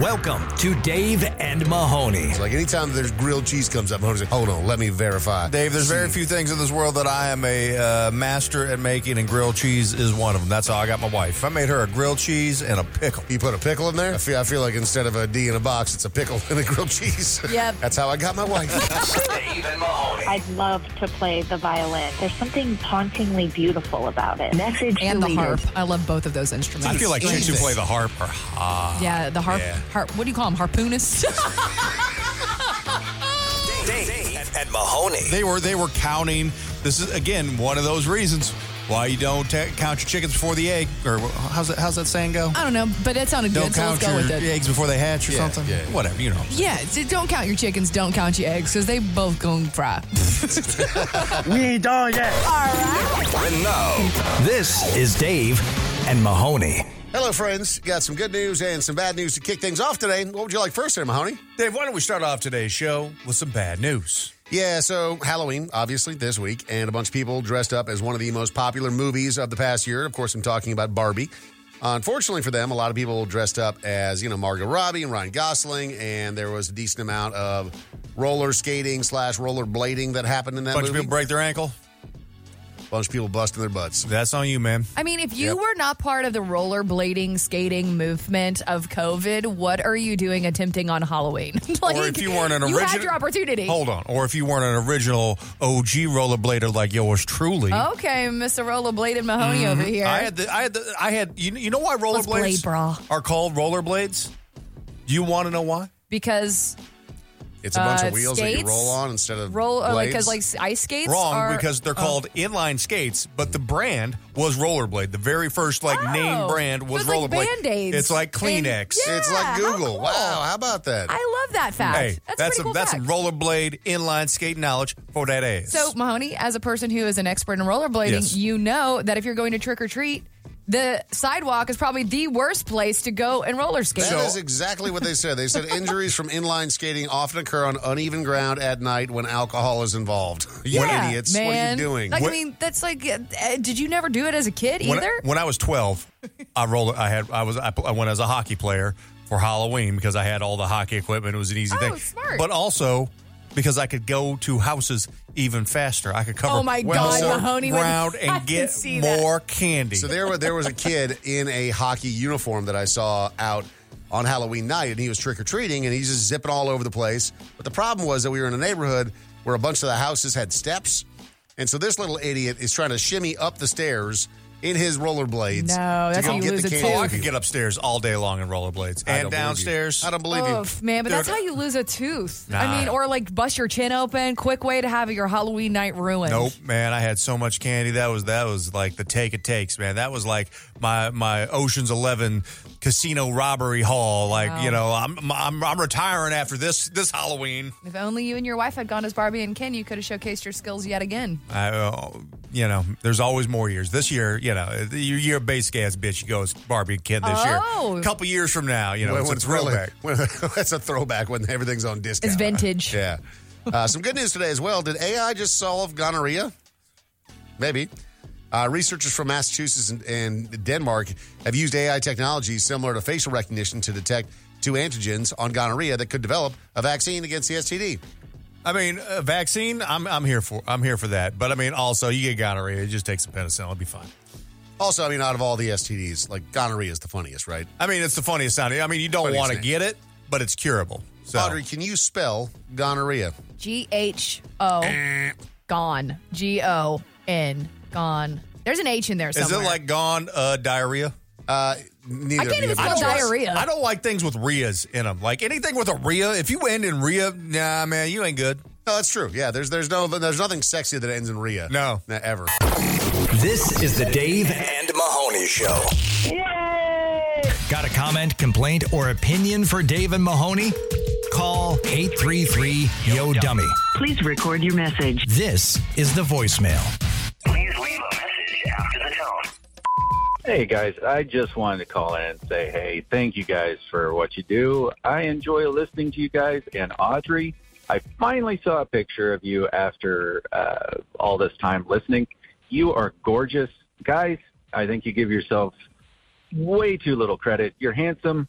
Welcome to Dave and Mahoney. Like anytime there's grilled cheese comes up, I'm always like, hold on, let me verify. Dave, there's very few things in this world that I am a uh, master at making, and grilled cheese is one of them. That's how I got my wife. I made her a grilled cheese and a pickle. You put a pickle in there? I feel, I feel like instead of a D in a box, it's a pickle and a grilled cheese. Yep. That's how I got my wife. Dave and Mahoney. I'd love to play the violin. There's something hauntingly beautiful about it. Message and the harp. I love both of those instruments. I feel like chicks who Jesus. play the harp are hot. yeah, the harp, Yeah. harp. What do you call them? Harpoonists. Dave and Mahoney. They were they were counting. This is again one of those reasons why you don't ta count your chickens before the egg. Or how's that, how's that saying go? I don't know, but that sounded Don't good. So count let's go with your it. eggs before they hatch or Yeah, something. yeah. Whatever you know. Yeah, so don't count your chickens. Don't count your eggs because they both gonna fry. And now, this is Dave and Mahoney. Hello, friends. Got some good news and some bad news to kick things off today. What would you like first there, Mahoney? Dave, why don't we start off today's show with some bad news? Yeah, so Halloween, obviously, this week, and a bunch of people dressed up as one of the most popular movies of the past year. Of course, I'm talking about Barbie. Unfortunately for them, a lot of people dressed up as, you know, Margot Robbie and Ryan Gosling, and there was a decent amount of roller skating slash roller blading that happened in that bunch movie. of people break their ankle. bunch of people busting their butts. That's on you, man. I mean, if you Yep. were not part of the rollerblading skating movement of COVID, what are you doing attempting on Halloween? like, or if you weren't an original, you had your opportunity. Hold on. Or if you weren't an original OG rollerblader like yours truly. Okay, Mr. Rollerbladed Mahoney over here. Mm-hmm. I had the I had the I had you, you know why Let's blade rollerblades bra. are called rollerblades? Do you want to know why? because It's a bunch Uh, of wheels that you skates? roll on instead of roll uh, like because blades. like ice skates Wrong are because they're oh. called inline skates, but the brand was Rollerblade. The very first like name Oh. brand was So it's Rollerblade. like Band-Aids It's like and- Kleenex. yeah. it's like how Google. cool. Wow, how about that? I love that fact. Hey, that's, that's a, pretty a, cool that's fact. some rollerblade inline skate knowledge for that ass. So Mahoney, as a person who is an expert in rollerblading, Yes. you know that if you're going to trick or treat, the sidewalk is probably the worst place to go and roller skate. That is exactly what they said. They said injuries from inline skating often occur on uneven ground at night when alcohol is involved. you Yeah, idiots. man. What are you doing? Like, What- I mean, that's like, uh, uh, did you never do it as a kid when, either? when I was 12, I rolled. I had. I was. I, pl- I went as a hockey player for Halloween because I had all the hockey equipment. It was an easy Oh, thing. smart. But also because I could go to houses even faster. I could cover. Oh my Well, God, so Mahoney! when- ground I and can get see that. more candy. So there, wa- there was a kid in a hockey uniform that I saw out on Halloween night, and he was trick or treating, and he's just zipping all over the place. But the problem was that we were in a neighborhood where a bunch of the houses had steps, and so this little idiot is trying to shimmy up the stairs in his rollerblades. No, to that's go how you get lose the a candy. oh, I could get upstairs all day long in rollerblades I don't and believe you. downstairs. I don't believe you. Oh man, but that's Dude. how you lose a tooth. Nah. I mean, or like bust your chin open. Quick way to have your Halloween night ruined. Nope, man. I had so much candy. That was that was like the take it takes, man. That was like my my Ocean's Eleven casino robbery haul. Like you know, I'm I'm I'm retiring after this this Halloween. If only you and your wife had gone as Barbie and Ken, you could have showcased your skills yet again. I, uh, you know, there's always more years. This year, you know, you're, you're a base gas bitch. You go as Barbie and Ken this Oh. year. A couple years from now, Uh, you know, When- it's, when a throwback. Really, when- that's a throwback when everything's on discount. It's vintage. Yeah. Uh, some good news today as well. Did AI just solve gonorrhea? Maybe. Uh, researchers from Massachusetts and, and Denmark have used AI technology similar to facial recognition to detect two antigens on gonorrhea that could develop a vaccine against the STD. I mean, a vaccine. I'm I'm here for I'm here for that. But I mean, also you get gonorrhea. Just take some penicillin. It'll be fine. Also, I mean, out of all the STDs, like gonorrhea is the funniest, right? I mean, it's the funniest sounding. I mean, you don't Funniest want to thing. get it, but it's curable. So. Audrey, can you spell gonorrhea? G H O Eh. gone. G O N gone. There's an H in there Is somewhere. it like gone uh, diarrhea? Uh, neither I can't of you even spell have a choice. diarrhea. I don't like things with rias in them. Like anything with a ria. If you end in ria, nah, man, you ain't good. No, that's true. Yeah, there's there's no there's nothing sexy that ends in Rhea. No. Not ever. This is the Dave and Mahoney Show. Yay! Got a comment, complaint, or opinion for Dave and Mahoney? Call 833 Yo Dummy. Please record your message. This is the voicemail. Please leave a message after the tone. Hey guys, I just wanted to call in and say, hey, thank you guys for what you do. I enjoy listening to you guys. And Audrey, I finally saw a picture of you after uh, all this time listening. You are gorgeous. Guys, I think you give yourself way too little credit. You're handsome.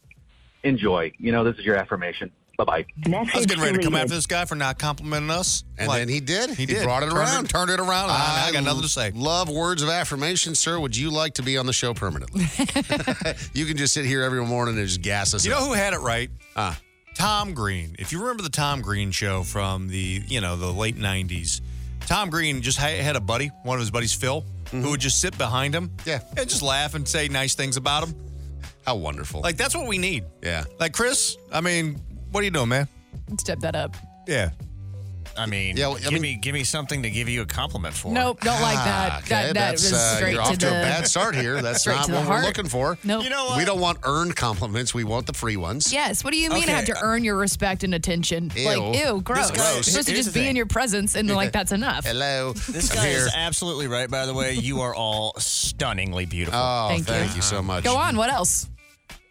Enjoy. You know, this is your affirmation. Bye bye. I was getting ready to come after this guy for not complimenting us. And Like, then he did. He did. brought it Turned around. Ah. turned it around. Uh, and I, I got nothing to say. Love words of affirmation, sir. Would you like to be on the show permanently? you can just sit here every morning and just gas us You up. know who had it right? Ah. Tom Green. If you remember the Tom Green show from the you know the late '90s, Tom Green just ha- had a buddy, one of his buddies, Phil, who would just sit behind him, Mm-hmm. Yeah. and just laugh and say nice things about him. How wonderful. Like that's what we need. yeah. Like Chris, I mean, what are you doing, man? Step that up. Yeah, I mean, Yeah, well, I give mean- me give me something to give you a compliment for. Nope, don't like that. Ah, that that that's, was uh, straight you're to off the to a bad start here. That's straight not to the what we're heart. looking for. Nope. You know what? We don't want earned compliments. We want the free ones. Yes. What do you mean I have Okay. to earn your respect and attention? Ew. Like, ew, gross. guy- I'm supposed to Here's just the be thing. in your presence and like that's enough. Hello. This I'm guy here. is absolutely right. By the way, you are all stunningly beautiful. Oh, Thank thank, you. you. so much. Go on. What else?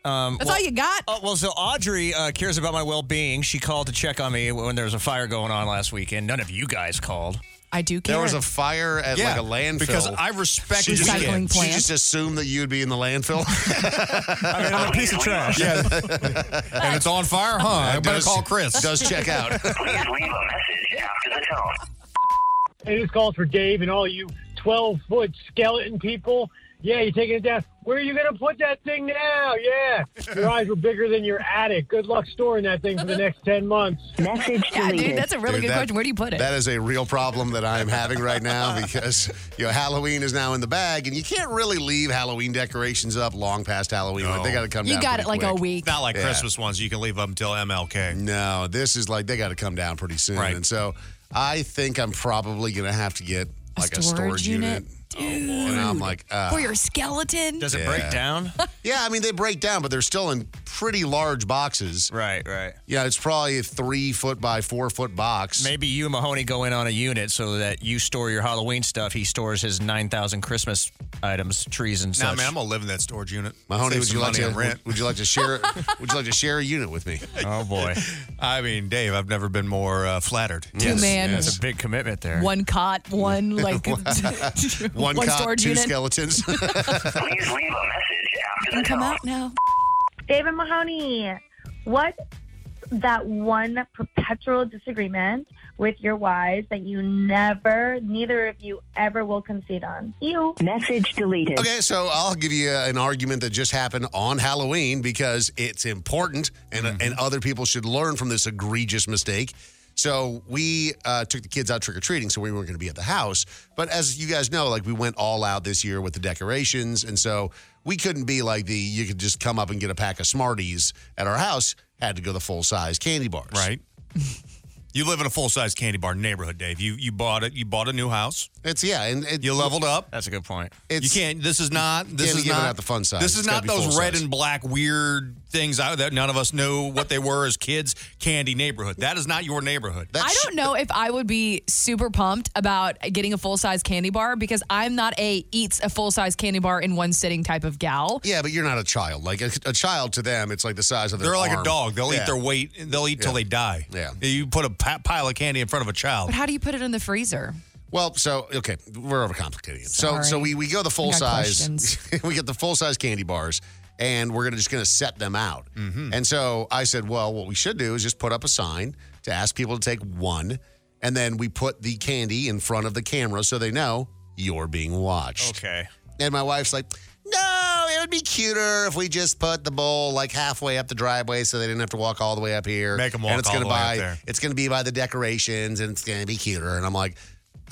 um, That's well- all you got. Oh, well, so Audrey uh, cares about my well being. She called to check on me when there was a fire going on last weekend. None of you guys called. I do care. There was a fire at yeah. like a landfill. Because I respect she just, Recycling she plant. just assumed that you'd be in the landfill. I mean, I'm a piece of trash. Yeah. and it's on fire, huh? Uh-huh, I That better does- call Chris. Does check out. Please leave a message after the tone. Hey, this calls for Dave and all you 12 foot skeleton people. Yeah, you're taking it down. Where are you going to put that thing now? Yeah. Your eyes were bigger than your attic. Good luck storing that thing for the next 10 months. Message yeah, dude, deleted. that's a really Dude, good that- question. Where do you put it? That is a real problem that I am having right now because you know Halloween is now in the bag, and you can't really leave Halloween decorations up long past Halloween. Like, they got to come. you down got pretty it like quick. a week. Not like Yeah. Christmas ones. You can leave up until MLK. No, this is like they got to come down pretty soon, Right. and so I think I'm probably gonna have to get A like a storage storage unit. unit? Oh, and I'm like, uh, For your skeleton? Does it Yeah. break down? yeah. I mean, they break down, but they're still in pretty large boxes. right, right. Yeah, it's probably a three foot by four foot box. Maybe you and Mahoney go in on a unit so that you store your Halloween stuff. He stores his 9,000 Christmas items, trees, and Nah, such. man, I'm gonna live in that storage unit. Mahoney, Save would some you like money to on rent? Would you like to share? would you like to share a unit with me? oh, boy. I mean, Dave, I've never been more uh, flattered. Two man, That's a big commitment there. one cot, one like One, one cop, storage two unit. skeletons. Please leave a message after the Can come tone. out now. David Mahoney, what that one perpetual disagreement with your wives that you never, neither of you ever will concede on? You. Message deleted. okay, so I'll give you uh, an argument that just happened on Halloween because it's important, and and Mm-hmm. other people should learn from this egregious mistake. So we uh, took the kids out trick or treating, so we weren't going to be at the house. But as you guys know, like we went all out this year with the decorations, and so we couldn't be like the you could just come up and get a pack of Smarties at our house. Had to go the full size candy bars, Right. you live in a full size candy bar neighborhood, Dave. You you bought it. You bought a new house. It's yeah, and it, You leveled up. That's a good point. It's, you can't. This is not. This can't is give it not out the fun size. This is It's not gotta be those full red size. and black weird things out that none of us knew what they were as kids. Candy neighborhood. That is not your neighborhood. That I sh- don't know if I would be super pumped about getting a full size candy bar because I'm not a eats a full size candy bar in one sitting type of gal. Yeah, but you're not a child. Like a, a child to them, it's like the size of their. They're like a arm. dog. They'll Yeah. eat their weight. They'll eat till they die. Yeah. You put a pa- pile of candy in front of a child. But how do you put it in the freezer? Well, so okay, we're overcomplicating it. So Sorry. so we we go the full got size. questions. we get the full size candy bars, and we're gonna just gonna set them out. Mm-hmm. And so I said, well, what we should do is just put up a sign to ask people to take one, and then we put the candy in front of the camera so they know you're being watched. Okay. And my wife's like, no, it would be cuter if we just put the bowl like halfway up the driveway so they didn't have to walk all the way up here. Make 'em walk and it's all gonna the way up buy, there. It's going to be by the decorations and it's going to be cuter. And I'm like,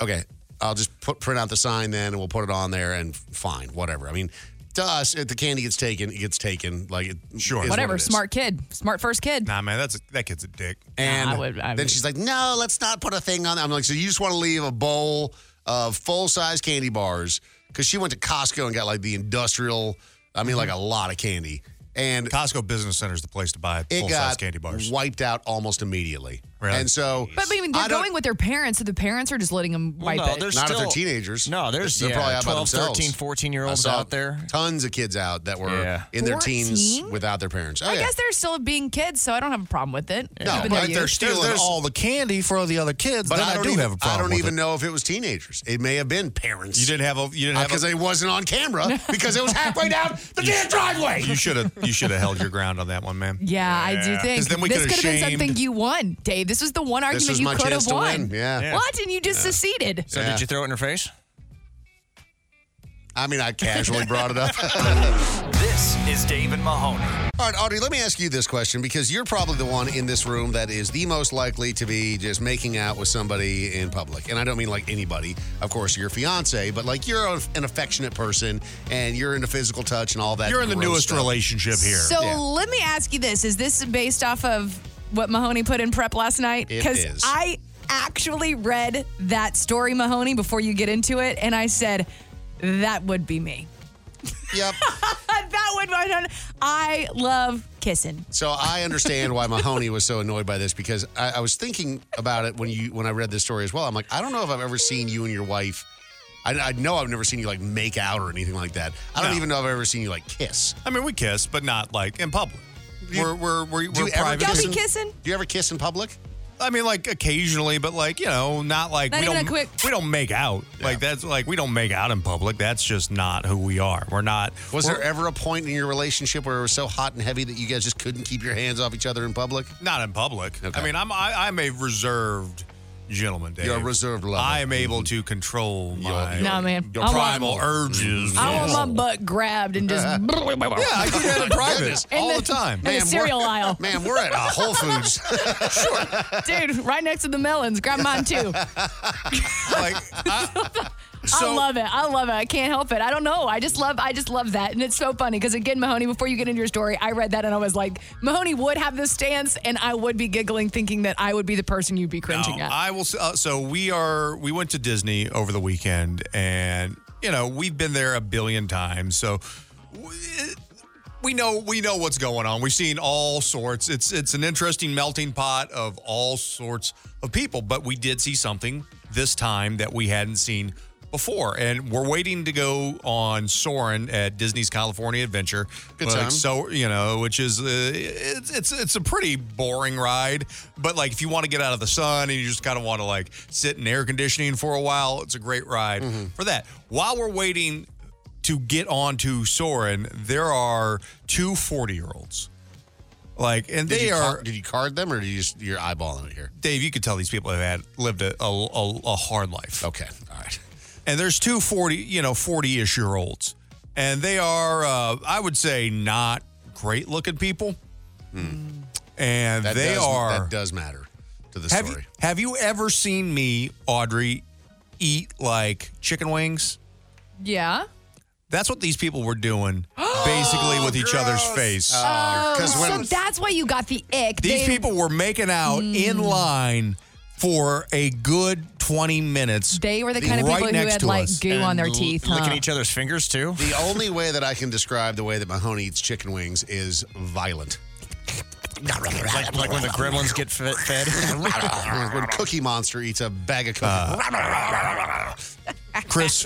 okay, I'll just put print out the sign then and we'll put it on there and fine, whatever. I mean, to us, if the candy gets taken, it gets taken. Like, it Sure. is Whatever, what it is. smart kid, smart first kid. Nah, man, that's a, that kid's a dick. And I would- I then would- she's like, no, let's not put a thing on. I'm like, so you just want to leave a bowl of full size candy bars because she went to Costco and got like the industrial, I mean, like a lot of candy. And Costco Business Center is the place to buy it full got size candy bars. wiped out almost immediately. And so, But I mean, they're I don't- going with their parents, so the parents are just letting them wipe it. not if they're teenagers. No, there's, they're yeah, probably out by 12, themselves. 13, 14 year olds I saw out there. Tons of kids out that were Yeah. in their 14? teens without their parents. Oh, I yeah. guess they're still being kids, so I don't have a problem with it. No, Even but though if you- they're stealing all the candy for the other kids, But then I I don't do even, have a problem I don't with even it. know if it was teenagers. It may have been parents. You didn't have a. You didn't have because a, it wasn't on camera because it was halfway down the You- damn driveway. You should have. You should have held your ground on that one, man. Yeah, I do 'Cause think then we this could could have been shamed- something you won, Dave. This was the one argument was you my could chance have to won. win, yeah. Yeah. What? And you just seceded. So did you throw it in her face? I mean, I casually brought it up. This is Dave and Mahoney. All right, Audrey, let me ask you this question because you're probably the one in this room that is the most likely to be just making out with somebody in public. And I don't mean like anybody, of course, your fiance, but like you're a- an affectionate person and you're into physical touch and all that. You're in the gross newest stuff. relationship here. So Yeah. let me ask you this: Is this based off of what Mahoney put in prep last night? It Because is. I actually read that story, Mahoney, before you get into it, and I said that would be me. Yep. that would. I love kissing. So I understand why Mahoney was so annoyed by this because I, I was thinking about it when you when I read this story as well. I'm like, I don't know if I've ever seen you and your wife. I, I know I've never seen you like make out or anything like that. I don't No. even know if I've ever seen you like kiss. I mean, we kiss, but not like in public. You- we're we're we're, Do we're you ever private. Y'all be kissing. kissing? Do you ever kiss in public? I mean, like occasionally, but like you know, not like Not we even don't a quick- we don't make out. Like that's like we don't make out in public. That's just not who we are. We're not. Was we're- there ever a point in your relationship where it was so hot and heavy that you guys just couldn't keep your hands off each other in public? Not in public. Okay. I mean, I'm I, I'm a reserved gentleman, Dave. You're a reserved lover. Mm-hmm. I am able to control my Nah, man. your I want- primal urges. I want my butt grabbed and just. yeah, I do that in private all the time. In the cereal aisle. Man, we're at a Whole Foods. Dude, right next to the melons. Grab mine too. like, I love it. I love it. I can't help it. I don't know. I just love. I just love that, and it's so funny because again, Mahoney. Before you get into your story, I read that and I was like, Mahoney would have this stance, and I would be giggling, thinking that I would be the person you'd be No, cringing at. I will. s- Uh, so we are. We went to Disney over the weekend, and you know we've been there a billion times. So we, we know we know what's going on. We've seen all sorts. It's it's an interesting melting pot of all sorts of people. But we did see something this time that we hadn't seen before, and we're waiting to go on Soren at Disney's California Adventure. Good Like, time. so you know, which is uh, it's it's it's a pretty boring ride. But like, if you want to get out of the sun and you just kind of want to like sit in air conditioning for a while, it's a great ride for that. While we're waiting to get on to Soren, there are two 40 year olds. Like, and Did they you are. ca- did you card them or did you just, you're eyeballing it here? Dave, you could tell these people have had lived a, a, a, a hard life. Okay, all right. and there's two 40 you know 40 ish year olds and they are uh, i would say not great looking people and Hmm. That they does, are That does matter to the have, you, story. have you ever seen me audrey eat like chicken wings yeah. that's what these people were doing basically with each other's face Oh, Because Oh, So when that's why you got the ick. Uh, They- Mm. these people were making out in line for a good 20 minutes They were the kind of right people who next had to like us. goo on their teeth. Licking huh? each other's fingers too. the only way that I can describe the way that Mahoney eats chicken wings is violent. Like, like when the gremlins get fe- fed. Uh, when Cookie Monster eats a bag of cookies. Chris,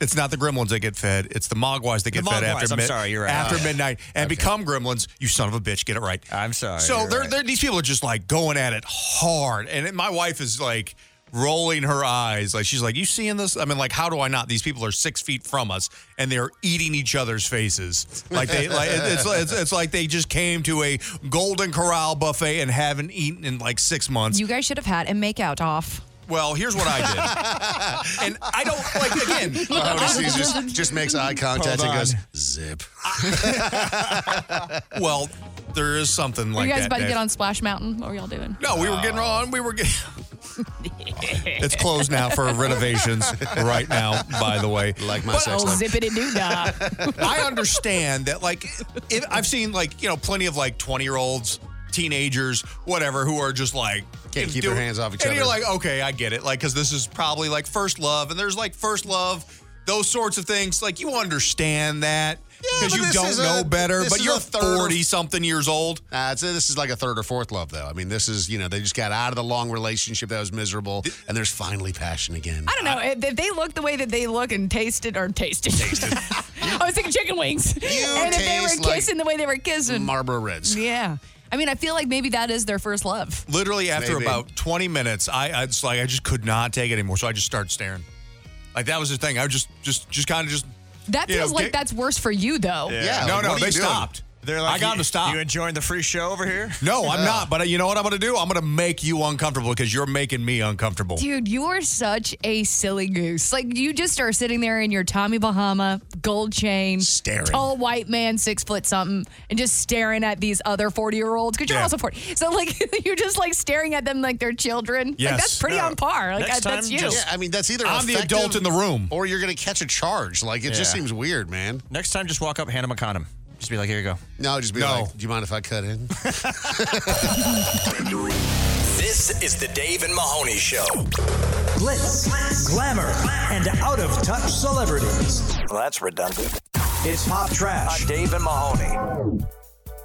it's not the gremlins that get fed. It's the mogwais that get The fed Mogwais, after, I'm sorry, you're right. after Okay. midnight and become gremlins. You son of a bitch, get it right. I'm sorry. so you're they're, right. they're, these people are just like going at it hard. And it- my wife is like rolling her eyes. Like she's like, You seeing this? I mean, like, how do I not? These people are six feet from us and they're eating each other's faces. Like they, like, it's, it's, it's like they just came to a Golden Corral buffet and haven't eaten in like six months. You guys should have had a makeout off. well, here's what I did. and I don't, like, again, Mahoney sees Oh, just, just makes eye contact and Hold on. goes, zip. Well, there is something Are like you guys that. about to Dave. get on Splash Mountain? What were y'all doing? No, we were getting on. We were getting. it's closed now for renovations right now. By the way, Like my But sex Oh, life. zippity doo dah. I understand that. Like, it, I've seen like you know plenty of like twenty year olds, teenagers, whatever, who are just like Can't keep do- their hands off each And you're other. like, okay, I get it. Like, because this is probably like first love, and there's like first love, those sorts of things. Like, you understand that. because but you this don't is a- know better. this But is you're a third- forty something years old. Uh, so this is like a third or fourth love, though. I mean, this is you know they just got out of the long relationship that was miserable, and there's finally passion again. I don't know. If if they look the way that they look and tasted or tasted. I was thinking chicken wings. and if they taste were like kissing the way they were kissing. Marlboro Reds. yeah. I mean, I feel like maybe that is their first love. Literally after Maybe. about twenty minutes, I, I it's like I just could not take it anymore. So I just started staring. Like that was the thing. I just just just kind of just That You know, feels like get- that's worse for you, though. no, like, no, what are they you doing? stopped. They're like, I got you- them to stop. You enjoying the free show over here? No, I'm Yeah. not. But uh, you know what I'm going to do? I'm going to make you uncomfortable because you're making me uncomfortable. Dude, you are such a silly goose. Like you just are sitting there in your Tommy Bahama gold chain, staring, tall white man, six foot something, and just staring at these other forty year olds because you're Yeah. also forty. So like you're just like staring at them like they're children. Like Yes. that's pretty No. on par. Like Next that- that's time, you. just- Yeah, I mean that's either I'm the effective adult in the room. or you're gonna catch a charge. Like it just Yeah. seems weird, man. Next time, just walk up, hand him a condom. Just be like, here you go. No, just be No. like, do you mind if I cut in? This is the Dave and Mahoney Show. Glitz, glamour, and out of touch celebrities. Well, that's redundant. It's pop trash. Uh, Dave and Mahoney.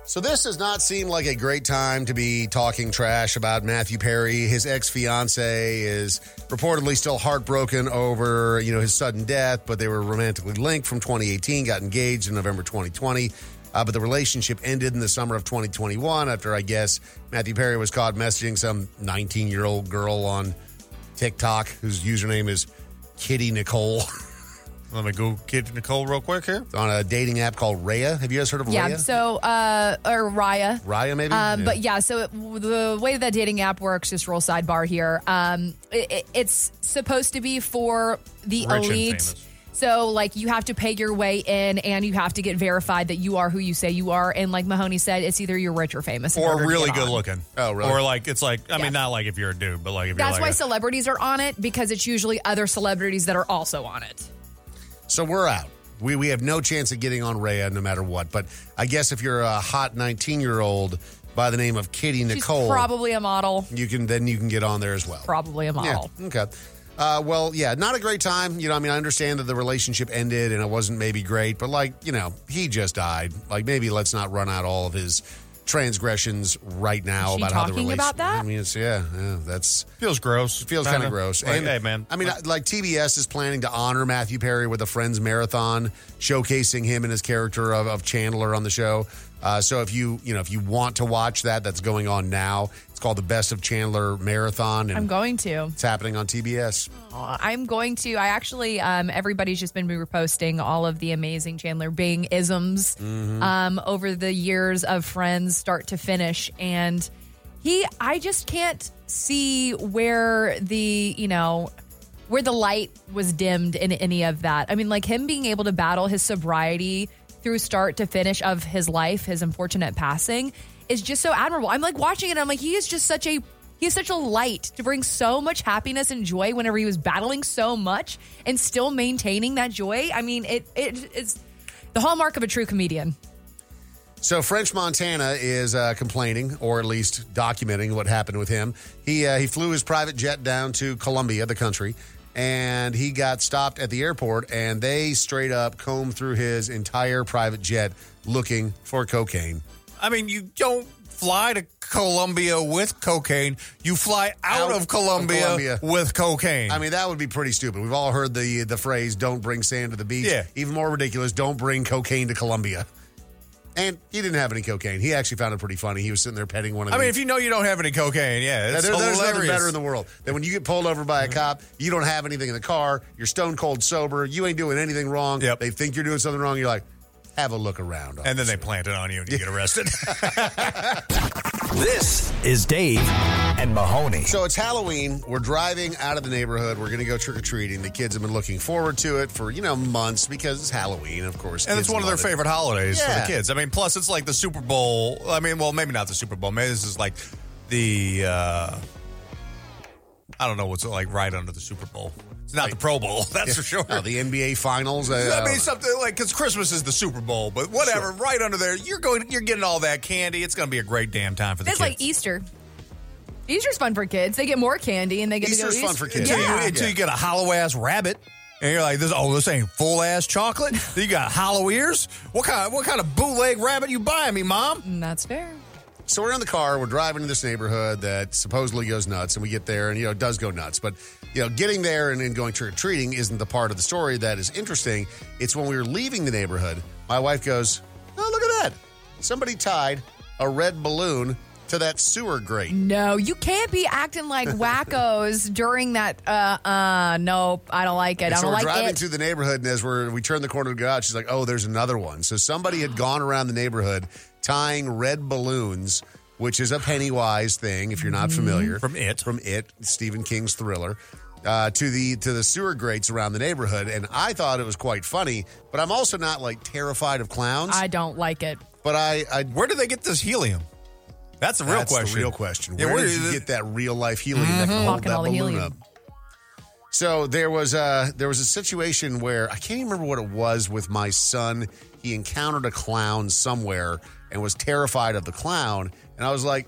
So this does not seem like a great time to be talking trash about Matthew Perry. His ex-fiance is reportedly still heartbroken over, you know, his sudden death, but they were romantically linked from 2018, got engaged in November 2020. Uh, but the relationship ended in the summer of 2021 after I guess Matthew Perry was caught messaging some 19-year-old girl on TikTok whose username is Kitty Nicole. Let me go Kitty Nicole real quick here. on a dating app called Raya. Have you guys heard of Yeah. Raya? So, uh, or Raya. Raya, maybe? Uh, Yeah. But yeah, so it, the way that dating app works, just roll sidebar here. Um, it, it- it's supposed to be for the Rich and elite. famous. So like you have to pay your way in, and you have to get verified that you are who you say you are. And like Mahoney said, it's either you're rich or famous, in order Or to really get good on. looking. Oh, really? Or like, it's like, I mean, not like if you're a dude, but like if That's you're why like. a- celebrities are on it because it's usually other celebrities that are also on it. So we're out. We, we have no chance of getting on Raya no matter what. But I guess if you're a hot 19 year old by the name of Kitty Nicole, Probably a model. you can then you can get on there as well. Probably a model. Yeah. Okay. Uh, well, yeah, not a great time. You know, I mean, I understand that the relationship ended and it wasn't maybe great, but like, you know, he just died. Like, maybe let's not run out all of his transgressions right now Is she about how the talking relationship. about that? I mean, it's, yeah, yeah, that's feels gross. Feels kind of gross. Like, hey, man. I mean, like TBS is planning to honor Matthew Perry with a Friends marathon, showcasing him and his character of, of Chandler on the show. Uh, so if you you know if you want to watch that, that's going on now. It's called the Best of Chandler Marathon, and I'm going to. it's happening on TBS. Aw, Oh, I'm going to. I actually, um, everybody's just been reposting all of the amazing Chandler Bing isms Mm-hmm. Mhm. um, over the years of Friends, start to finish, and he. I just can't see where the you know where the light was dimmed in any of that. I mean, like him being able to battle his sobriety through start to finish of his life, his unfortunate passing, is just so admirable. I'm like watching it, and I'm like, he is just such a he is such a light to bring so much happiness and joy whenever he was battling so much and still maintaining that joy. I mean, it it is the hallmark of a true comedian. So French Montana is uh, complaining, or at least documenting what happened with him. He uh, he flew his private jet down to Colombia, the country, and he got stopped at the airport, and they straight up combed through his entire private jet looking for cocaine. I mean, you don't fly to Colombia with cocaine. You fly out, of, Colombia Colombia. with cocaine. I mean, that would be pretty stupid. We've all heard the the phrase "Don't bring sand to the beach." Yeah. Even more ridiculous, "Don't bring cocaine to Colombia." And he didn't have any cocaine. He actually found it pretty funny. He was sitting there petting one of. I the- mean, if you know you don't have any cocaine, yeah, Now, it's there- there's nothing hilarious. Mm-hmm. better in the world than when you get pulled over by a cop, you don't have anything in the car, you're stone cold sober, you ain't doing anything wrong. They think you're doing something wrong. You're like, have a look around. And then they plant it on you and you get arrested. This is Dave and Mahoney. So it's Halloween. We're driving out of the neighborhood. We're going to go trick or treating. The kids have been looking forward to it for, you know, months because it's Halloween, of course. And kids it's one of their love it. favorite holidays Yeah. for the kids. I mean, plus it's like the Super Bowl. I mean, well, maybe not the Super Bowl. Maybe this is like the uh I don't know what's like right under the Super Bowl. It's not the Pro Bowl, that's Yeah. for sure. No, the NBA Finals. I mean, Uh, something like because Christmas is the Super Bowl, but whatever. Right under there, you're going, you're getting all that candy. It's going to be a great damn time for the That's kids. like Easter. Easter's fun for kids. They get more candy and they get to go Easter. Until, you, Yeah. until you get a hollow ass rabbit. and you're like, "This oh, this ain't full ass chocolate. You got hollow ears. What kind? What kind of bootleg rabbit you buying me, mom?" Mm, That's fair. So we're in the car, we're driving to this neighborhood that supposedly goes nuts, and we get there, and you know, it does go nuts. But you know, getting there and, and going trick or treating isn't the part of the story that is interesting. It's when we were leaving the neighborhood, my wife goes, "Oh, look at that! Somebody tied a red balloon to that sewer grate." No, you can't be acting like wackos during that. Uh, uh, no, I don't like it. And I so don't we're like driving it. through the neighborhood, and as we're, we turn the corner to go out, she's like, "Oh, there's another one." So somebody had gone around the neighborhood tying red balloons, which is a Pennywise thing, if you're not Mm-hmm. familiar from it, from it, Stephen King's thriller, uh, to the to the sewer grates around the neighborhood, and I thought it was quite funny. But I'm also not like terrified of clowns. I don't like it. but I, I where did they get this helium? That's the real That's the question. real question. Yeah, Where did is you it? Mm-hmm. get that real life helium that can hold Fucking all that the balloon helium. up? So there was a there was a situation where I can't even remember what it was with my son. He encountered a clown somewhere and was terrified of the clown. And I was like,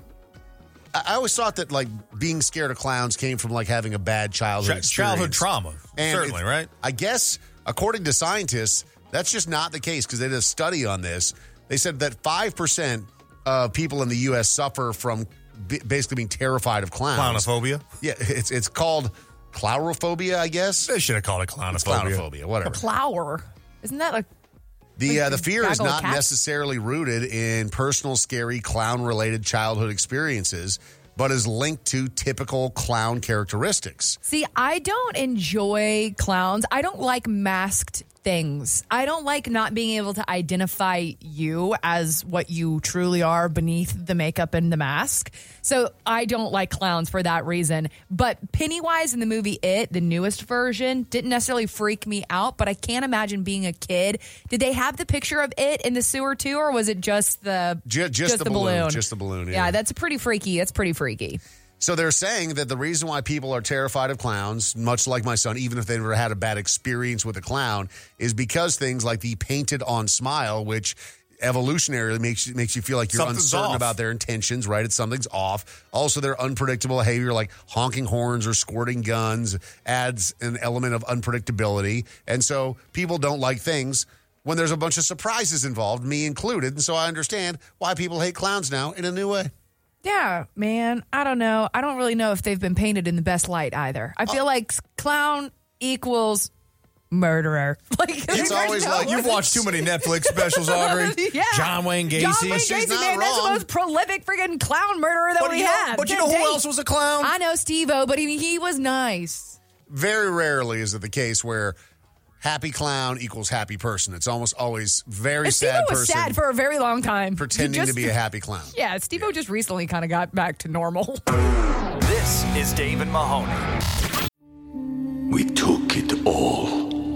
I I always thought that like being scared of clowns came from like having a bad childhood Chi- childhood experience. trauma, certainly, it's- right? I guess according to scientists, that's just not the case because they did a study on this. They said that five percent of people in the U.S. suffer from b- basically being terrified of clowns. Clownophobia. Yeah, it's it's called clowrophobia, I guess. They should have called it clownophobia. It's clownophobia, whatever. Flower. Isn't that a The uh, the fear is gaggle of not cats? necessarily rooted in personal scary clown related childhood experiences, but is linked to typical clown characteristics. See, I don't enjoy clowns. I don't like masked things. I don't like not being able to identify you as what you truly are beneath the makeup and the mask. So I don't like clowns for that reason. But Pennywise in the movie It, the newest version, didn't necessarily freak me out, but I can't imagine being a kid. Did they have the picture of it in the sewer too, or was it just the Ju- just, the, balloon, just the balloon. yeah. that's pretty freaky. That's pretty freaky. So they're saying that the reason why people are terrified of clowns, much like my son, even if they've never had a bad experience with a clown, is because things like the painted on smile, which evolutionarily makes you, makes you feel like you're Something's uncertain off. about their intentions, right? It's something's off. Also, their unpredictable behavior, like honking horns or squirting guns, adds an element of unpredictability. And so people don't like things when there's a bunch of surprises involved, me included. And so I understand why people hate clowns now in a new way. Yeah, man. I don't know. I don't really know if they've been painted in the best light either. I Oh. feel like clown equals murderer. Like It's always like You've watched too many Netflix specials, Audrey. Yeah. John Wayne Gacy. John Wayne She's Gacy, not man, that's the wrong. most prolific friggin' clown murderer that But we you know- have. but you to know who date. else was a clown? I know Steve-O, but he, he was nice. very rarely is it the case where happy clown equals happy person. It's almost always very Steve-O sad was person sad for a very long time. He pretending to just- be a happy clown. Yeah, Steve-O just recently kind of got back to normal. This is Dave and Mahoney. We took it all.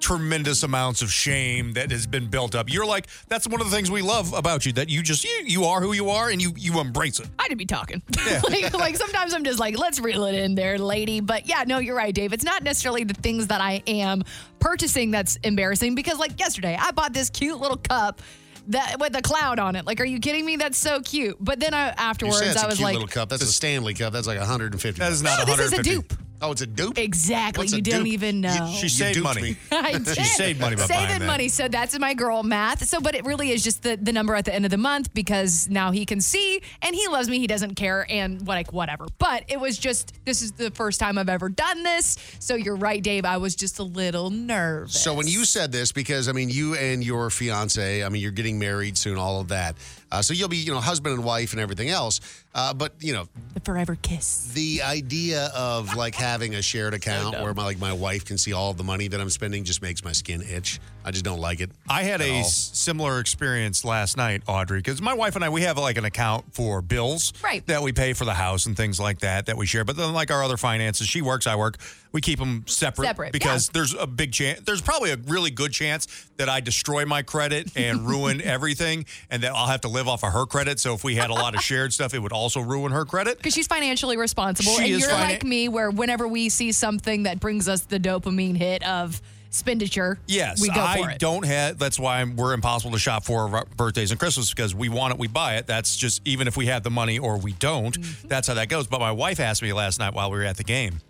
tremendous amounts of shame that has been built up. You're like that's one of the things we love about you that you just you, you are who you are and you you embrace it. I would be talking. like, like sometimes I'm just like, let's reel it in there, lady. But yeah, no, you're right, Dave. It's not necessarily the things that I am purchasing that's embarrassing because like yesterday I bought this cute little cup that with a cloud on it. Like, are you kidding me? That's so cute. But then I, you afterwards said it's I a was cute like, little cup. That's a Stanley cup. That's like 150. That is not No, this is a 150. dupe. Oh, it's a dupe. exactly, What's a you didn't dupe? even know. She saved duped money. me. I did. She saved money by Saving buying that. money. So that's my girl math. So, but it really is just the, the number at the end of the month because now he can see and he loves me. He doesn't care and what, like whatever. But it was just this is the first time I've ever done this. So you're right, Dave. I was just a little nervous. So when you said this, because I mean, you and your fiance, I mean, you're getting married soon, all of that. Uh, so you'll be, you know, husband and wife and everything else. Uh, but you know, the forever kiss. The idea of like having a shared account where my like my wife can see all of the money that I'm spending just makes my skin itch. I just don't like it. I had at a all. s- similar experience last night, Audrey, because my wife and I we have like an account for bills Right. that we pay for the house and things like that that we share. But then like our other finances, she works, I work. We keep them separate, Separate, because there's a big chance. There's probably a really good chance that I destroy my credit and ruin everything, and that I'll have to live off of her credit. So if we had a lot of shared stuff, it would also ruin her credit. Because she's financially responsible, She and is you're finan- like me, where whenever we see something that brings us the dopamine hit of expenditure, Yes, we go I for it. don't have. That's why I'm, we're impossible to shop for our birthdays and Christmas because we want it, we buy it. That's just even if we have the money or we don't. Mm-hmm. That's how that goes. But my wife asked me last night while we were at the game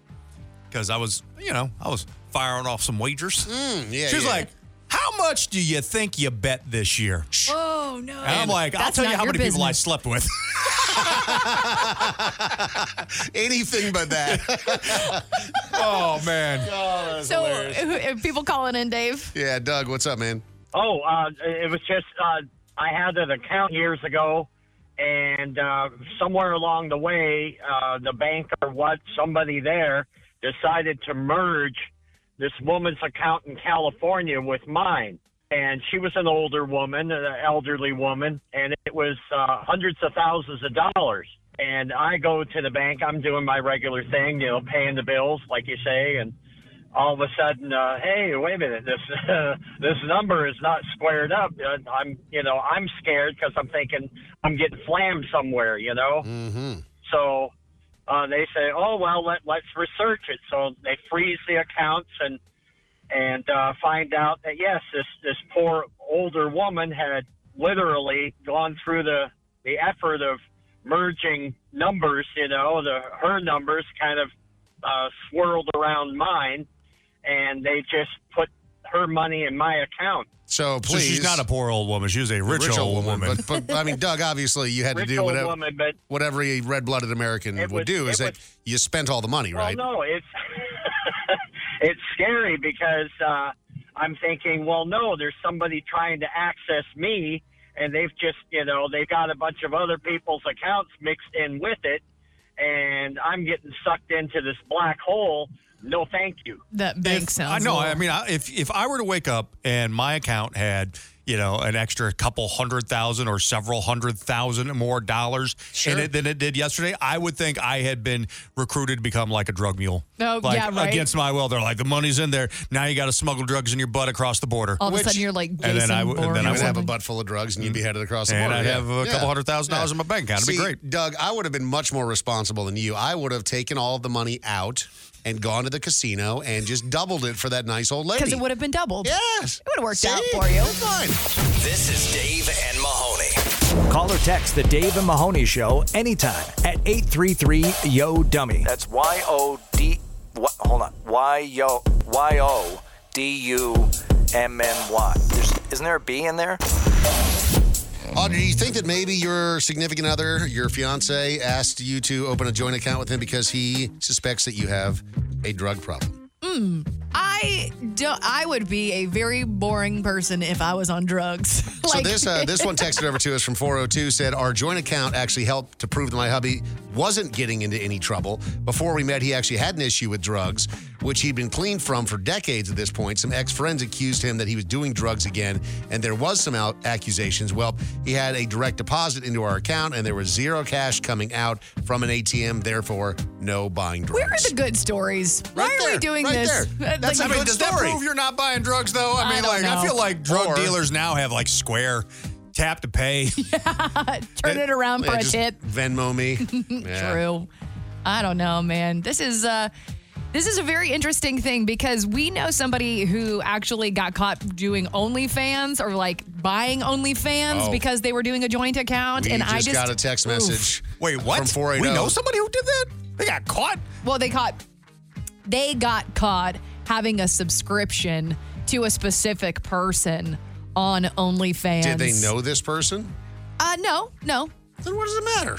because I was, you know, I was firing off some wagers. Mm, yeah, she was yeah. like, "How much do you think you bet this year?" Oh no! And I'm like, "I'll That's tell you not how your many people I business. slept with." anything but that. oh man. So, who- people calling in, Dave. Yeah, Doug, what's up, man? Oh, uh, it was just uh, I had an account years ago, and uh, somewhere along the way, uh, the bank or what, somebody there decided to merge this woman's account in California with mine. And she was an older woman, an elderly woman, and it was uh, hundreds of thousands of dollars. And I go to the bank, I'm doing my regular thing, you know, paying the bills, like you say, and all of a sudden, uh, hey, wait a minute, this this number is not squared up. Uh, I'm, you know, I'm scared because I'm thinking I'm getting flammed somewhere, you know. Mm-hmm. So uh, they say, oh well, let let's research it. So they freeze the accounts and and uh, find out that yes, this this poor older woman had literally gone through the the effort of merging numbers, you know, the her numbers kind of uh, swirled around mine, and they just put her money in my account. So Oh, please, So she's not a poor old woman. She was a rich, old, woman. But, but I mean, Doug, obviously you had Rich to do old whatever woman, but- what every red-blooded American It would was- do is it that you spent all the money, right? Well, no, it's it's scary because uh, I'm thinking, well, no, there's somebody trying to access me, and they've just, you know, they've got a bunch of other people's accounts mixed in with it, and I'm getting sucked into this black hole. No, thank you. That bank sounds. I know. a I little- mean, I, if if I were to wake up and my account had you know an extra couple hundred thousand or several hundred thousand more dollars in it than it did yesterday, I would think I had been recruited to become like a drug mule. Oh, like, yeah, right. Against my will, they're like the money's in there. Now you got to smuggle drugs in your butt across the border. all of a sudden, you're like Jason and then I would, and then I you would would have a have butt full of drugs and you'd be headed across the And border. I'd have a couple hundred thousand dollars in my bank account. It'd be See, great. Doug, I would have been much more responsible than you. I would have taken all of the money out and gone to the casino and just doubled it for that nice old lady. because it would have been doubled. Yes, it would have worked out for you. This is Dave and Mahoney. Call or text the Dave and Mahoney Show anytime at 833 Yo Dummy. That's Y O D. What? Hold on. Y yo. Y O D U M M Y. There's- Isn't there a B in there? Audrey, do you think that maybe your significant other, your fiance, asked you to open a joint account with him because he suspects that you have a drug problem? Mm, I don't. I would be a very boring person if I was on drugs. so this uh, this one texted over to us from 402 said our joint account actually helped to prove that my hubby wasn't getting into any trouble. Before we met, he actually had an issue with drugs, which he'd been clean from for decades at this point. Some ex friends accused him that he was doing drugs again, and there was some out- accusations. Well, he had a direct deposit into our account, and there was zero cash coming out from an ATM. Therefore, no buying drugs. Where are the good stories? Why Right are there, we doing right this? there. Uh, That's like- a good story. you're not buying drugs though? I I mean, don't like I know. feel like drug Or- dealers now have like Square, tap to pay. Turn it around for Yeah, a just tip. Venmo me. Yeah. True. I don't know, man. This is uh this is a very interesting thing because we know somebody who actually got caught doing OnlyFans or like buying OnlyFans Oh. because they were doing a joint account. We and just, I just got a text Oof. message. Wait, what? From 480. We know Oh, somebody who did that. They got caught. Well, they caught they got caught having a subscription to a specific person on OnlyFans. Did they know this person? Uh, no, no. Then what does it matter?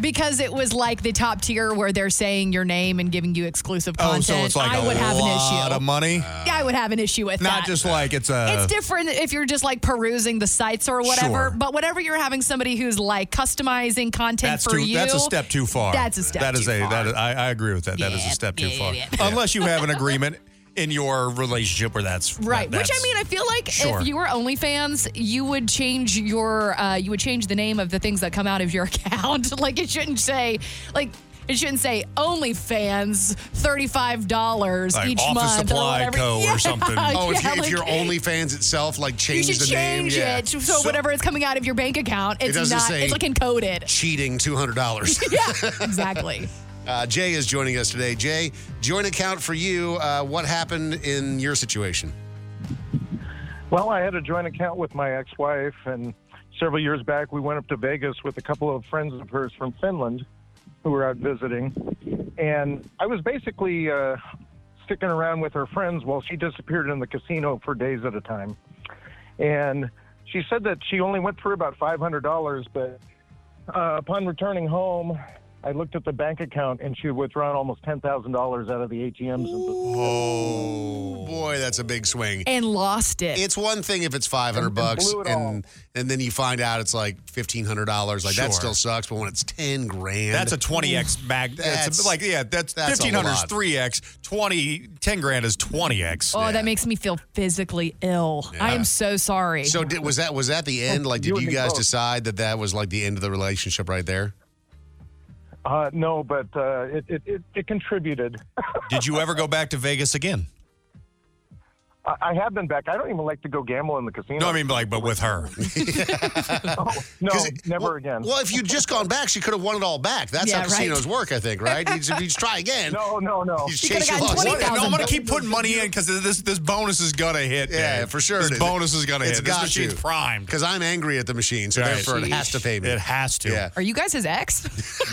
Because it was like the top tier where they're saying your name and giving you exclusive Oh, content. so it's like I a would have an lot issue. of money. yeah, I would have an issue with Not that. just like it's a. it's different if you're just like perusing the sites or whatever, Sure. but whenever you're having somebody who's like customizing content That's for too. you, That's a step too far. That's a step That is too a. far. That is, I, I agree with that. that is a step too yeah, far. yeah. Unless you have an agreement in your relationship where that's Right, that- which I that's- mean, I feel like Sure. if you were OnlyFans, you would change your, uh, you would change the name of the things that come out of your account. like it shouldn't say, like it shouldn't say OnlyFans thirty five dollars Like each Office month Supply or whatever. Co. or Yeah, something. Oh, if yeah, you- if like, your OnlyFans itself, like, you changed should the name, change yeah. it so, whatever is coming out of your bank account, It it's doesn't not, say- it's like encoded. Cheating $200. yeah, exactly. Uh, Jay is joining us today. Jay, joint account for you. Uh, what happened in your situation? Well, I had a joint account with my ex wife, and several years back, we went up to Vegas with a couple of friends of hers from Finland who were out visiting. And I was basically uh, sticking around with her friends while she disappeared in the casino for days at a time. And she said that she only went through about $500, but uh, upon returning home, I looked at the bank account and she had withdrawn almost ten thousand dollars out of the ATMs. Oh boy, that's a big swing. and lost it. It's one thing if it's five hundred And- and bucks, blew it and and then you find out it's like fifteen hundred dollars. Like that Sure. still sucks. But when it's ten grand, That's a 20x mag. That's, That's- like, yeah, that's, that's a 1500 is lot. 3x, 20, 10 grand is 20x. Oh, that makes me feel physically ill. I am so sorry. So did, was that was that Oh, the end? Like, You and did you me guys both. decide that that was like the end of the relationship right there? Uh, no, but uh, it, it, it, it contributed. Did you ever go back to Vegas again? I, I have been back. I don't even like to go gamble in the casino. No, I mean, like, but with her. no, never again. Well, if you'd just gone back, she could have won it all back. That's Yeah, how right. casinos work, I think, right? You just, you just try again. No, no, no. You just chase your luck. What- no, I'm going to keep putting money in because this this bonus is going to hit. Yeah, Dave. for sure. This it bonus is going to hit. It's this got machine's you. primed. Because I'm angry at the machine, so Right. therefore it has to pay me. It has to. Yeah, Are you guys his ex?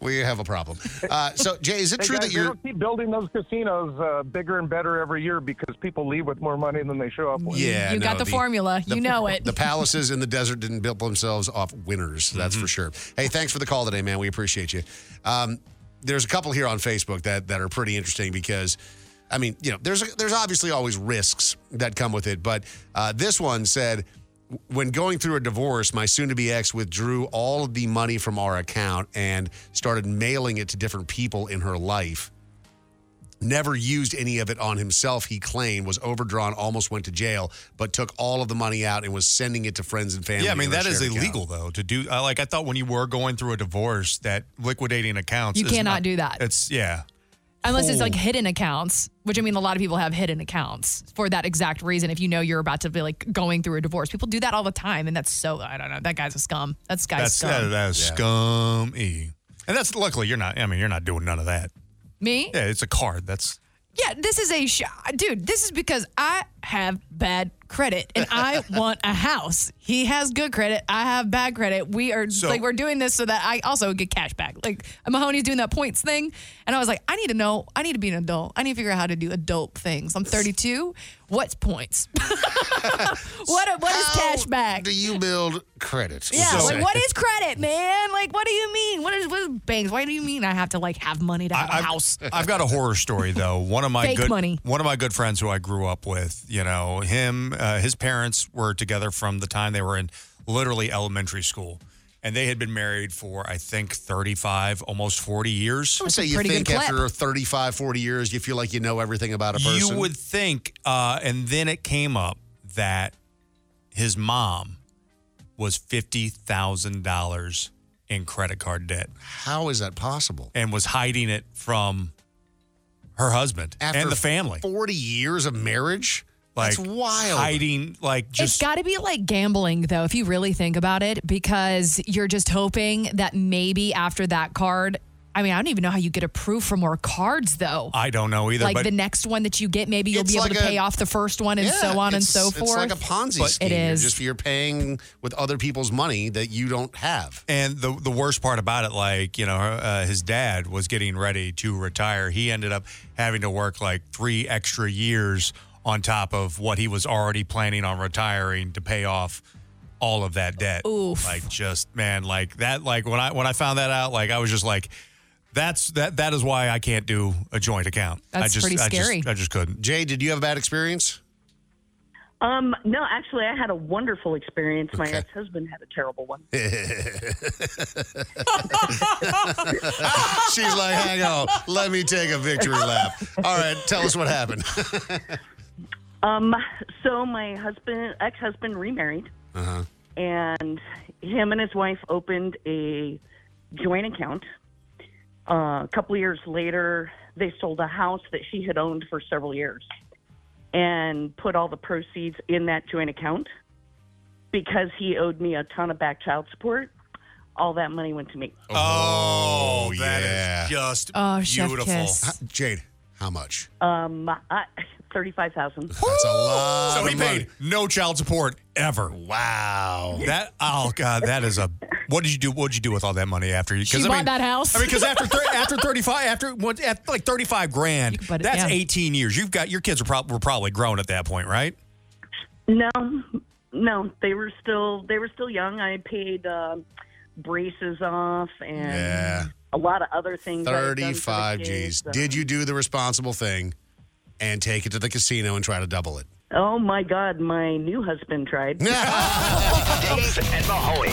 we have a problem. Uh, so, Jay, is it Hey, true guys, that they you're? don't keep building those casinos uh, bigger and better every year because people leave with more money than they show up with? Yeah, you got no, the, formula. the- you know it. The palaces in the desert didn't build themselves off winners. That's for sure. Hey, thanks for the call today, man. We appreciate you. Um, there's a couple here on Facebook that that are pretty interesting because, I mean, you know, there's there's obviously always risks that come with it, but uh, this one said. When going through a divorce, my soon to be ex withdrew all of the money from our account and started mailing it to different people in her life never used any of it on himself he claimed was overdrawn almost went to jail but took all of the money out and was sending it to friends and family yeah, I mean in our that is shared illegal account. though to do. I like I thought when you were going through a divorce that liquidating accounts. You is cannot not- do that. It's yeah. Unless it's Oh. like hidden accounts, which I mean, a lot of people have hidden accounts for that exact reason. If you know you're about to be like going through a divorce, people do that all the time. And that's so, I don't know. That guy's a scum. That's guy's That's scum. that, that's scum e. And that's luckily you're not. I mean you're not doing none of that. Me? Yeah, it's a card. That's Yeah, this is a sh- dude. This is because I have bad credit and I want a house. He has good credit. I have bad credit. We are like we're doing this so that I also get cash back. Like Mahoney's doing that points thing, and I was like, I need to know. I need to be an adult. I need to figure out how to do adult things. I'm 32. What's points? what what is cash back? do you build credit Yeah, So- like what is credit, man? Like what do you mean? What is what is banks? Why do you mean I have to like have money to have a I've, house? I've got a horror story though. One of my Fake good money. one of my good friends who I grew up with. You know him. Uh, his parents were together from the time they were in literally elementary school, and they had been married for I think thirty five, almost forty years. I would say you think after 35 40 years you feel like you know everything about a person You would think, uh, and then it came up that his mom was fifty thousand dollars in credit card debt. How is that possible? And was hiding it from her husband after and the family. 40 years of marriage Like that's wild Hiding like just it's got to be like gambling though if you really think about it because you're just hoping that maybe after that card I mean, I don't even know how you get approved for more cards, though. I don't know either. like but the next one that you get, maybe you'll It's be able to like a- pay off the first one and Yeah, so on and it's- so forth. It's like a Ponzi scheme. It You're is. just you're paying with other people's money that you don't have. And the the worst part about it, like you know, uh, his dad was getting ready to retire. He ended up having to work like three extra years on top of what he was already planning on retiring to pay off all of that debt. Oof. Like just man, like that. Like when I when I found that out, like I was just like, that's that that is why I can't do a joint account. I That's just, pretty I just- scary. I just couldn't. Jay, did you have a bad experience? Um, no, actually, I had a wonderful experience. My Okay. ex-husband had a terrible one. She's like, hang on, let me take a victory lap. All right, tell us what happened. Um, so my husband, ex-husband, remarried, Uh-huh. and him and his wife opened a joint account. Uh, a couple of years later, they sold a house that she had owned for several years, and put all the proceeds in that joint account. Because he owed me a ton of back child support, all that money went to me. Oh, that is yeah. just Oh, chef beautiful. kiss. How- Jade, how much? Um, I, thirty-five thousand. That's a lot. So of he money. paid no child support ever. Wow. That oh god, that is a. What did you do? What did you do with all that money after? you- 'cause, She bought that house. I mean, because after thir- after thirty five, after, once- after like thirty five grand, put it- that's yeah. eighteen years. You've got your kids are prob- were probably grown at that point, right? No, no, they were still they were still young. I paid uh, braces off and Yeah. a lot of other things. I had done for the 35 kids, G's. so- Did you do the responsible thing and take it to the casino and try to double it? Oh my God, my new husband tried. Dave and Mahoney.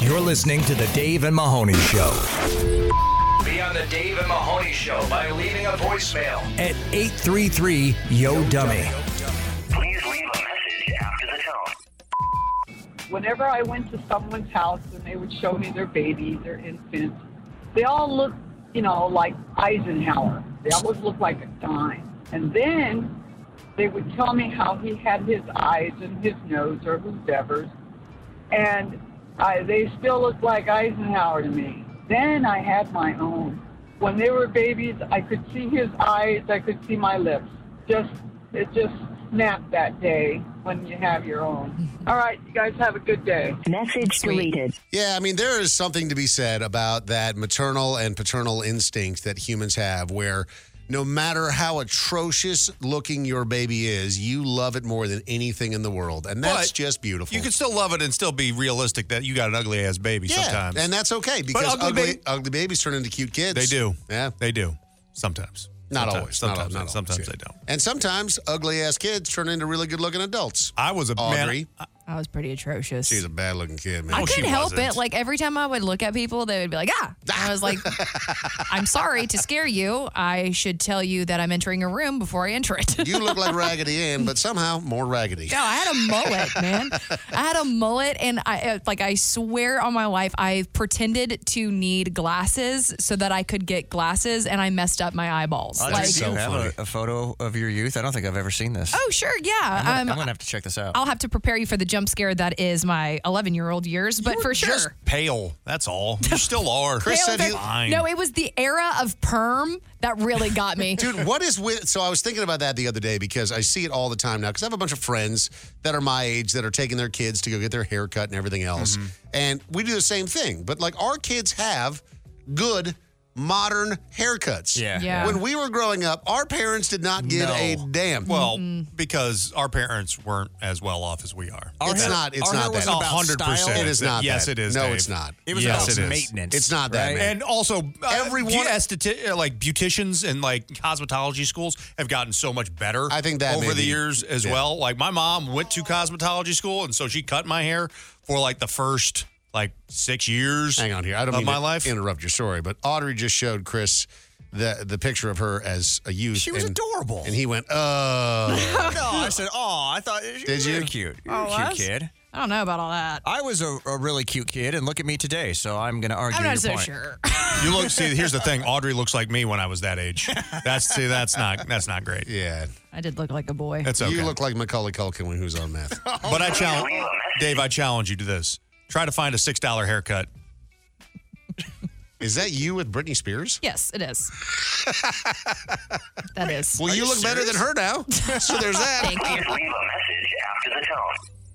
You're listening to The Dave and Mahoney Show Be on the Dave and Mahoney Show by leaving a voicemail. at 833 Yo Dummy. Please leave a message after the tone. whenever I went to someone's house and they would show me their baby, their infant, they all looked, you know, like Eisenhower. They always looked like a dime. And then they would tell me how he had his eyes and his nose or whoever's, and I, they still looked like Eisenhower to me. Then I had my own. When they were babies, I could see his eyes, I could see my lips. Just it just snapped that day when you have your own. All right, you guys have a good day. Message deleted. Yeah, I mean, there is something to be said about that maternal and paternal instinct that humans have where no matter how atrocious looking your baby is, you love it more than anything in the world. And that's But just beautiful. You can still love it and still be realistic that you got an ugly ass baby Yeah, sometimes. and that's okay But because ugly, ugly, baby- babies turn into cute kids. they do. Yeah. They do. Sometimes. Not Sometimes. always. Not Sometimes, always. Not always, sometimes yeah. they don't. And sometimes ugly ass kids turn into really good looking adults. I was a Audrey. Man, I was pretty atrocious. She's a bad looking kid, man. I couldn't help it. Like every time I would look at people, they would be like, ah. And I was like, I'm sorry to scare you. I should tell you that I'm entering a room before I enter it. you look like Raggedy Ann, but somehow more raggedy. No, I had a mullet, man. I had a mullet, and I uh, like I swear on my life, I pretended to need glasses so that I could get glasses, and I messed up my eyeballs. like, do you have a, a photo of your youth? I don't think I've ever seen this. oh sure, yeah. I'm gonna, um, I'm gonna have to check this out. I'll have to prepare you for the jump scare that is my 11 year old years, but for sure. Just pale. That's all. You still are. Pale and fair- no, it was the era of perm that really got me. Dude, what is with? So I was thinking about that the other day because I see it all the time now. Because I have a bunch of friends that are my age that are taking their kids to go get their hair cut and everything else, Mm-hmm. and we do the same thing. But like our kids have good modern haircuts. Yeah. Yeah. When we were growing up, our parents did not give No. a damn. Well, because our parents weren't as well off as we are. Our It's hair- not- it's our not hair that. was about style. It is not Yes, that. it is. No, Dave. it's not. It was yes, about it is. maintenance, It's not that. right? man. And also, uh, Everyone- everyone esthet- like beauticians and like cosmetology schools have gotten so much better. I think that over may the be- years as yeah. well. Like my mom went to cosmetology school, and so she cut my hair for like the first like six years. Hang on here. I don't of mean my to life. interrupt your story, but Audrey just showed Chris the the picture of her as a youth. She was adorable. and he went, "Oh." no, I said, oh, I thought you Did were you? cute. You're Oh, a was? cute kid. I don't know about all that. I was a, a really cute kid, and look at me today. So I'm gonna argue. I'm your not so point. sure. You look. See, here's the thing. Audrey looks like me when I was that age. That's see, that's not that's not great. Yeah, I did look like a boy. that's okay. You look like Macaulay Culkin when he was on meth. But I challenge Dave. I challenge you to this. Try to find a six dollar haircut. Is that you with Britney Spears? Yes, it is. that is. Well, you, look better than her now. So there's that. Please leave a message after the tone.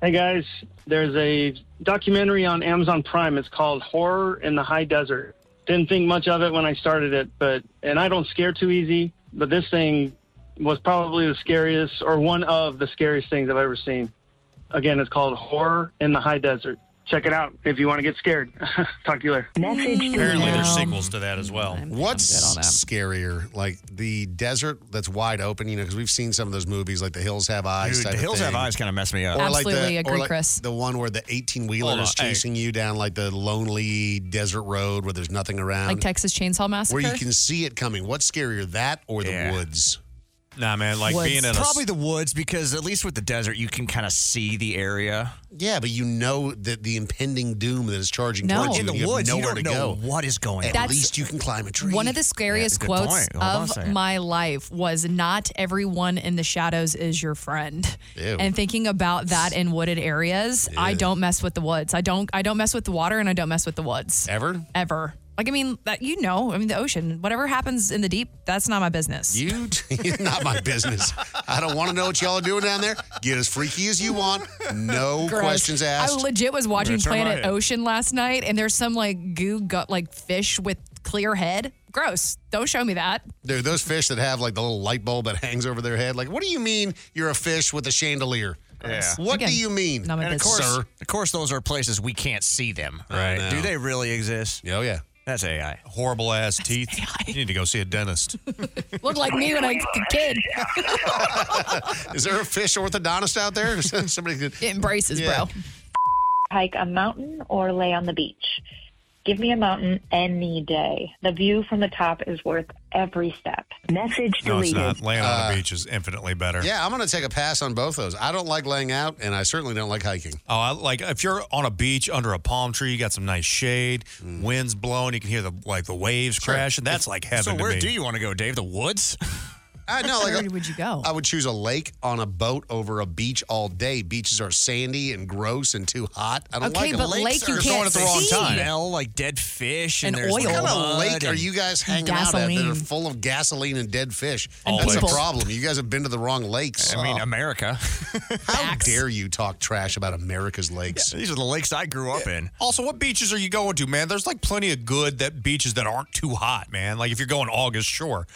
Hey guys, there's a documentary on Amazon Prime. It's called Horror in the High Desert. Didn't think much of it when I started it, but and I don't scare too easy, but this thing was probably the scariest or one of the scariest things I've ever seen. Again, it's called Horror in the High Desert. Check it out if you want to get scared. Talk to you later. Message Apparently, there's sequels to that as well. What's scarier, like the desert that's wide open? You know, because we've seen some of those movies, like The Hills Have Eyes. Dude, type The of Hills Have thing. Eyes kinda messed me Um, up. like Absolutely the, or agree, like Chris. The one where the eighteen Hold wheeler on, is hey. chasing you down like the lonely desert road where there's nothing around, Like Texas Chainsaw Massacre. where you can see it coming. What's scarier, that or the woods? Nah, man, like being in probably a the woods because at least with the desert you can kind of see the area. Yeah, but you know that the impending doom that is charging No. towards you. In the and you have woods, you nowhere don't to know go. what is going At That's- least you can climb a tree. One of the scariest good quotes point. Hold on a of second. my life was not everyone in the shadows is your friend. Ew. And thinking about that in wooded areas, I don't mess with the woods. I don't I don't mess with the water and I don't mess with the woods. Ever? Ever. Like I mean, that you know, I mean the ocean, whatever happens in the deep, that's not my business. You, it's not my business. I don't want to know what y'all are doing down there. Get as freaky as you want. No Gross. questions asked. I legit was watching That's Planet right. Ocean last night, and there's some like goo gut like fish with clear head. Gross. Don't show me that. Dude, those fish that have like the little light bulb that hangs over their head. Like, what do you mean you're a fish with a chandelier? Yeah. What Again, do you mean? And of course, Sir. of course, those are places we can't see them. Right? know. Do they really exist? Oh yeah, that's AI. horrible ass teeth, you need to go see a dentist. Looked like me when I was a kid. Is there a fish orthodontist out there? Somebody could. It embraces, bro. hike a mountain or lay on the beach. Give me a mountain any day. The view from the top is worth every step. Message No, it's not. deleted. Laying on the beach is infinitely better. Uh, Yeah, I'm going to take a pass on both those. I don't like laying out, and I certainly don't like hiking. Oh, I, like if you're on a beach under a palm tree, you got some nice shade, Mm. winds blowing, you can hear the like the waves crashing. That's like heaven. So to where me. do you want to go, Dave? The woods? I know, like Where would you go? I would choose a lake on a boat over a beach all day. Beaches are sandy and gross and too hot. I don't like Okay, them. but Lakes lake you are- can't going at the wrong see. time. Smell like dead fish and, And there's oil. What kind of blood lake are and- you guys hanging out at that are Gasoline. full of gasoline and dead fish? All That's lakes. a problem. You guys have been to the wrong lakes. Oh. I mean, America. How dare you talk trash about America's lakes? These are the lakes I grew up in. Also, what beaches are you going to, man? There's like plenty of good that beaches that aren't too hot, man. Like if you're going August, sure.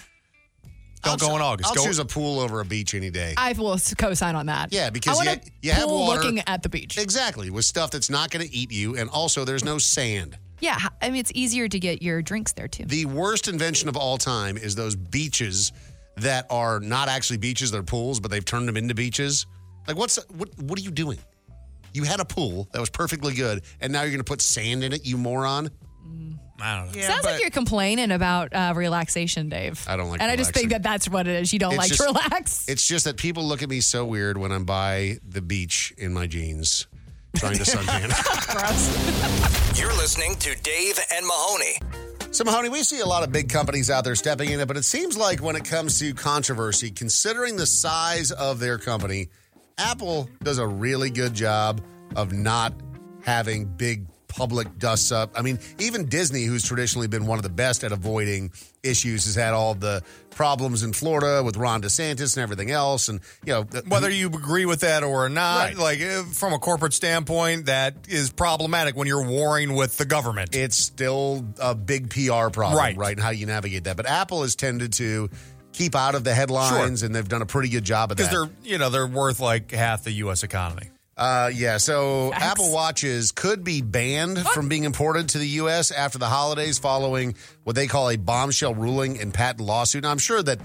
Don't go in August. I'll go choose a pool over a beach any day. I will co-sign on that. Yeah, because I want you, a you have pool water. looking at the beach. Exactly, with stuff that's not going to eat you, and also there's no sand. Yeah, h- I mean it's easier to get your drinks there too. The worst invention of all time is those beaches that are not actually beaches, they're pools, but they've turned them into beaches. Like, what's what? What are you doing? You had a pool that was perfectly good, and now you're going to put sand in it, you moron. Mm. I don't know. Sounds like you're complaining about uh, relaxation, Dave. I don't like And I just think that that's what it is. You don't It's like just- to relax. It's just that people look at me so weird when I'm by the beach in my jeans, trying to suntan. You're listening to Dave and Mahoney. So, Mahoney, we see a lot of big companies out there stepping in it, but it seems like when it comes to controversy, considering the size of their company, Apple does a really good job of not having big public dusts up. I mean, even Disney, who's traditionally been one of the best at avoiding issues, has had all the problems in Florida with Ron DeSantis and everything else. And, you know, the- whether you agree with that or not, Right. like eh, from a corporate standpoint, that is problematic when you're warring with the government. it's still a big PR problem, Right. right? And how you navigate that. But Apple has tended to keep out of the headlines, and they've done a pretty good job of that. Because they're you know they're worth like half the U.S. economy. Uh, yeah, so Apple Watches could be banned from being imported to the U.S. after the holidays following what they call a bombshell ruling and patent lawsuit. And I'm sure that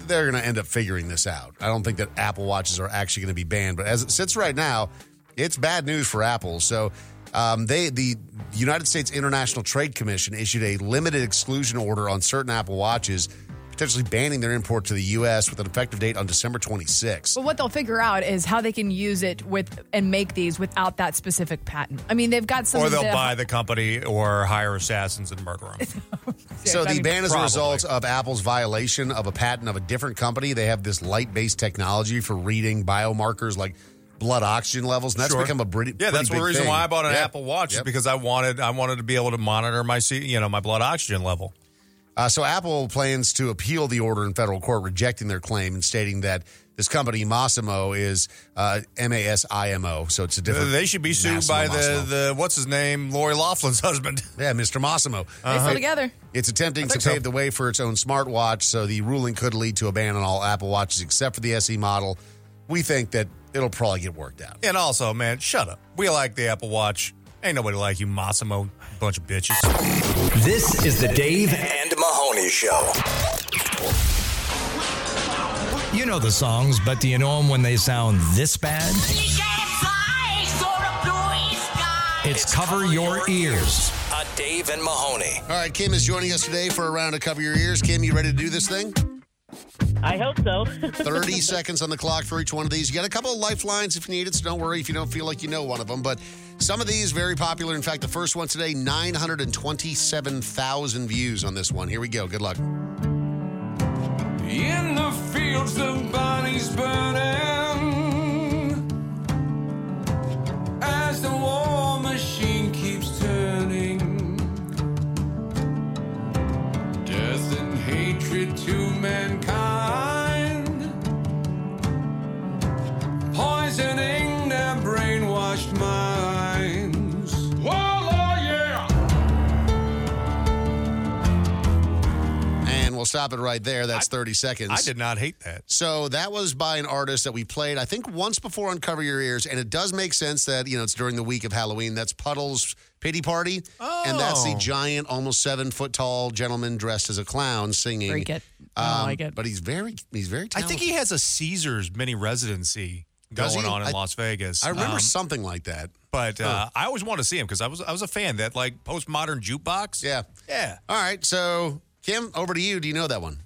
they're going to end up figuring this out. I don't think that Apple Watches are actually going to be banned, but as it sits right now, it's bad news for Apple. So um, they, the United States International Trade Commission, issued a limited exclusion order on certain Apple Watches, potentially banning their import to the U.S. with an effective date on December 26. But what they'll figure out is how they can use it with and make these without that specific patent. I mean, they've got some. Or of they'll the- buy the company or hire assassins and murder them. So I the mean, ban is a probably. result of Apple's violation of a patent of a different company. They have this light-based technology for reading biomarkers like blood oxygen levels, and that's Sure. become a pretty yeah. pretty That's the big reason thing. why I bought an Yeah. Apple Watch is Yep. because I wanted I wanted to be able to monitor my C- you know my blood oxygen level. Uh, so Apple plans to appeal the order in federal court, rejecting their claim and stating that this company Massimo is uh, M A S I M O. So it's a different. they should be sued Massimo, by Massimo. the, the what's his name Lori Laughlin's husband. Uh-huh. Yeah, Mr. Massimo. They still together. It's attempting I to think pave so. the way for its own smartwatch, so the ruling could lead to a ban on all Apple Watches except for the SE model. We think that it'll probably get worked out. And also, man, shut up. We like the Apple Watch. Ain't nobody like you, Massimo. Bunch of bitches. This is the Dave and Mahoney Show. You know the songs, but do you know them when they sound this bad? It's, cover, your, ears. Uh, Dave and Mahoney. All right, Kim is joining us today for a round of Cover Your Ears. Kim, you ready to do this thing? I hope so. 30 seconds on the clock for each one of these. You got a couple of lifelines if you need it, so don't worry if you don't feel like you know one of them. But some of these very popular. In fact, the first one today, 927,000 views on this one. Here we go. Good luck. In the fields, the bodies burning. As the war machine keeps turning, death and hatred to mankind, poisoning their brainwashed minds. Whoa, oh, yeah! And we'll stop it right there. That's 30 seconds. I did not hate that. So that was by an artist that we played, I think, once before on Cover Your Ears. And it does make sense that, you know, it's during the week of Halloween. That's Puddle's Pity Party. And that's the Oh. giant, almost seven foot tall gentleman dressed as a clown singing. Um, Freak it. Oh, I like it. But he's very, he's very I talented. think he has a Caesars mini residency Does going he? on in I- Las Vegas. I remember Um, something like that. But Huh. uh, I always want to see him because I was I was a fan that like postmodern jukebox. Yeah. Yeah. All right. So, Kim, over to you. Do you know that one?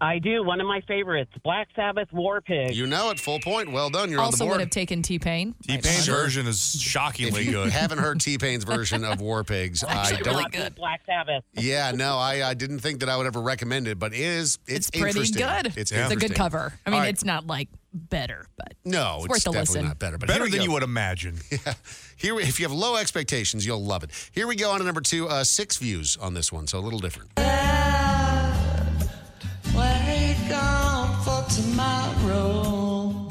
I do. One of my favorites, Black Sabbath War Pig. You know it. Full point. Well done. You're also on the board. would have taken T Pain. T Pain's Sure. version is shockingly if you good. haven't heard T Pain's version of War Pigs, I Actually, don't. really good. Black Sabbath. Yeah, no, I, I didn't think that I would ever recommend it, but it is. It's, Pretty interesting. good. It's, a interesting. good cover. I mean, All right. it's not like better, but no, it's worth it's, a definitely listen. not better, but Better here we than go. you would imagine. Yeah. Here, we- if you have low expectations, you'll love it. Here we go on to number two. Uh, six views on this one, so a little different. Wake up for tomorrow.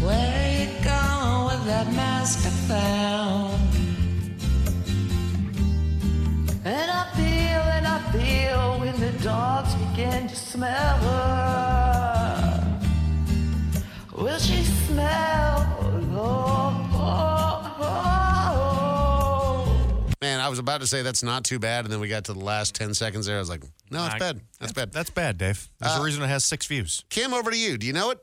Where you gone with that mask I found? And I feel and I feel when the dogs begin to smell her. Will she smell? Oh, oh, oh, oh. Man, I was about to say that's not too bad, and then we got to the last ten seconds there. I was like, no, that's I- bad. That's bad. That's bad, Dave. There's Uh, a reason it has six views. Kim, over to you. Do you know it?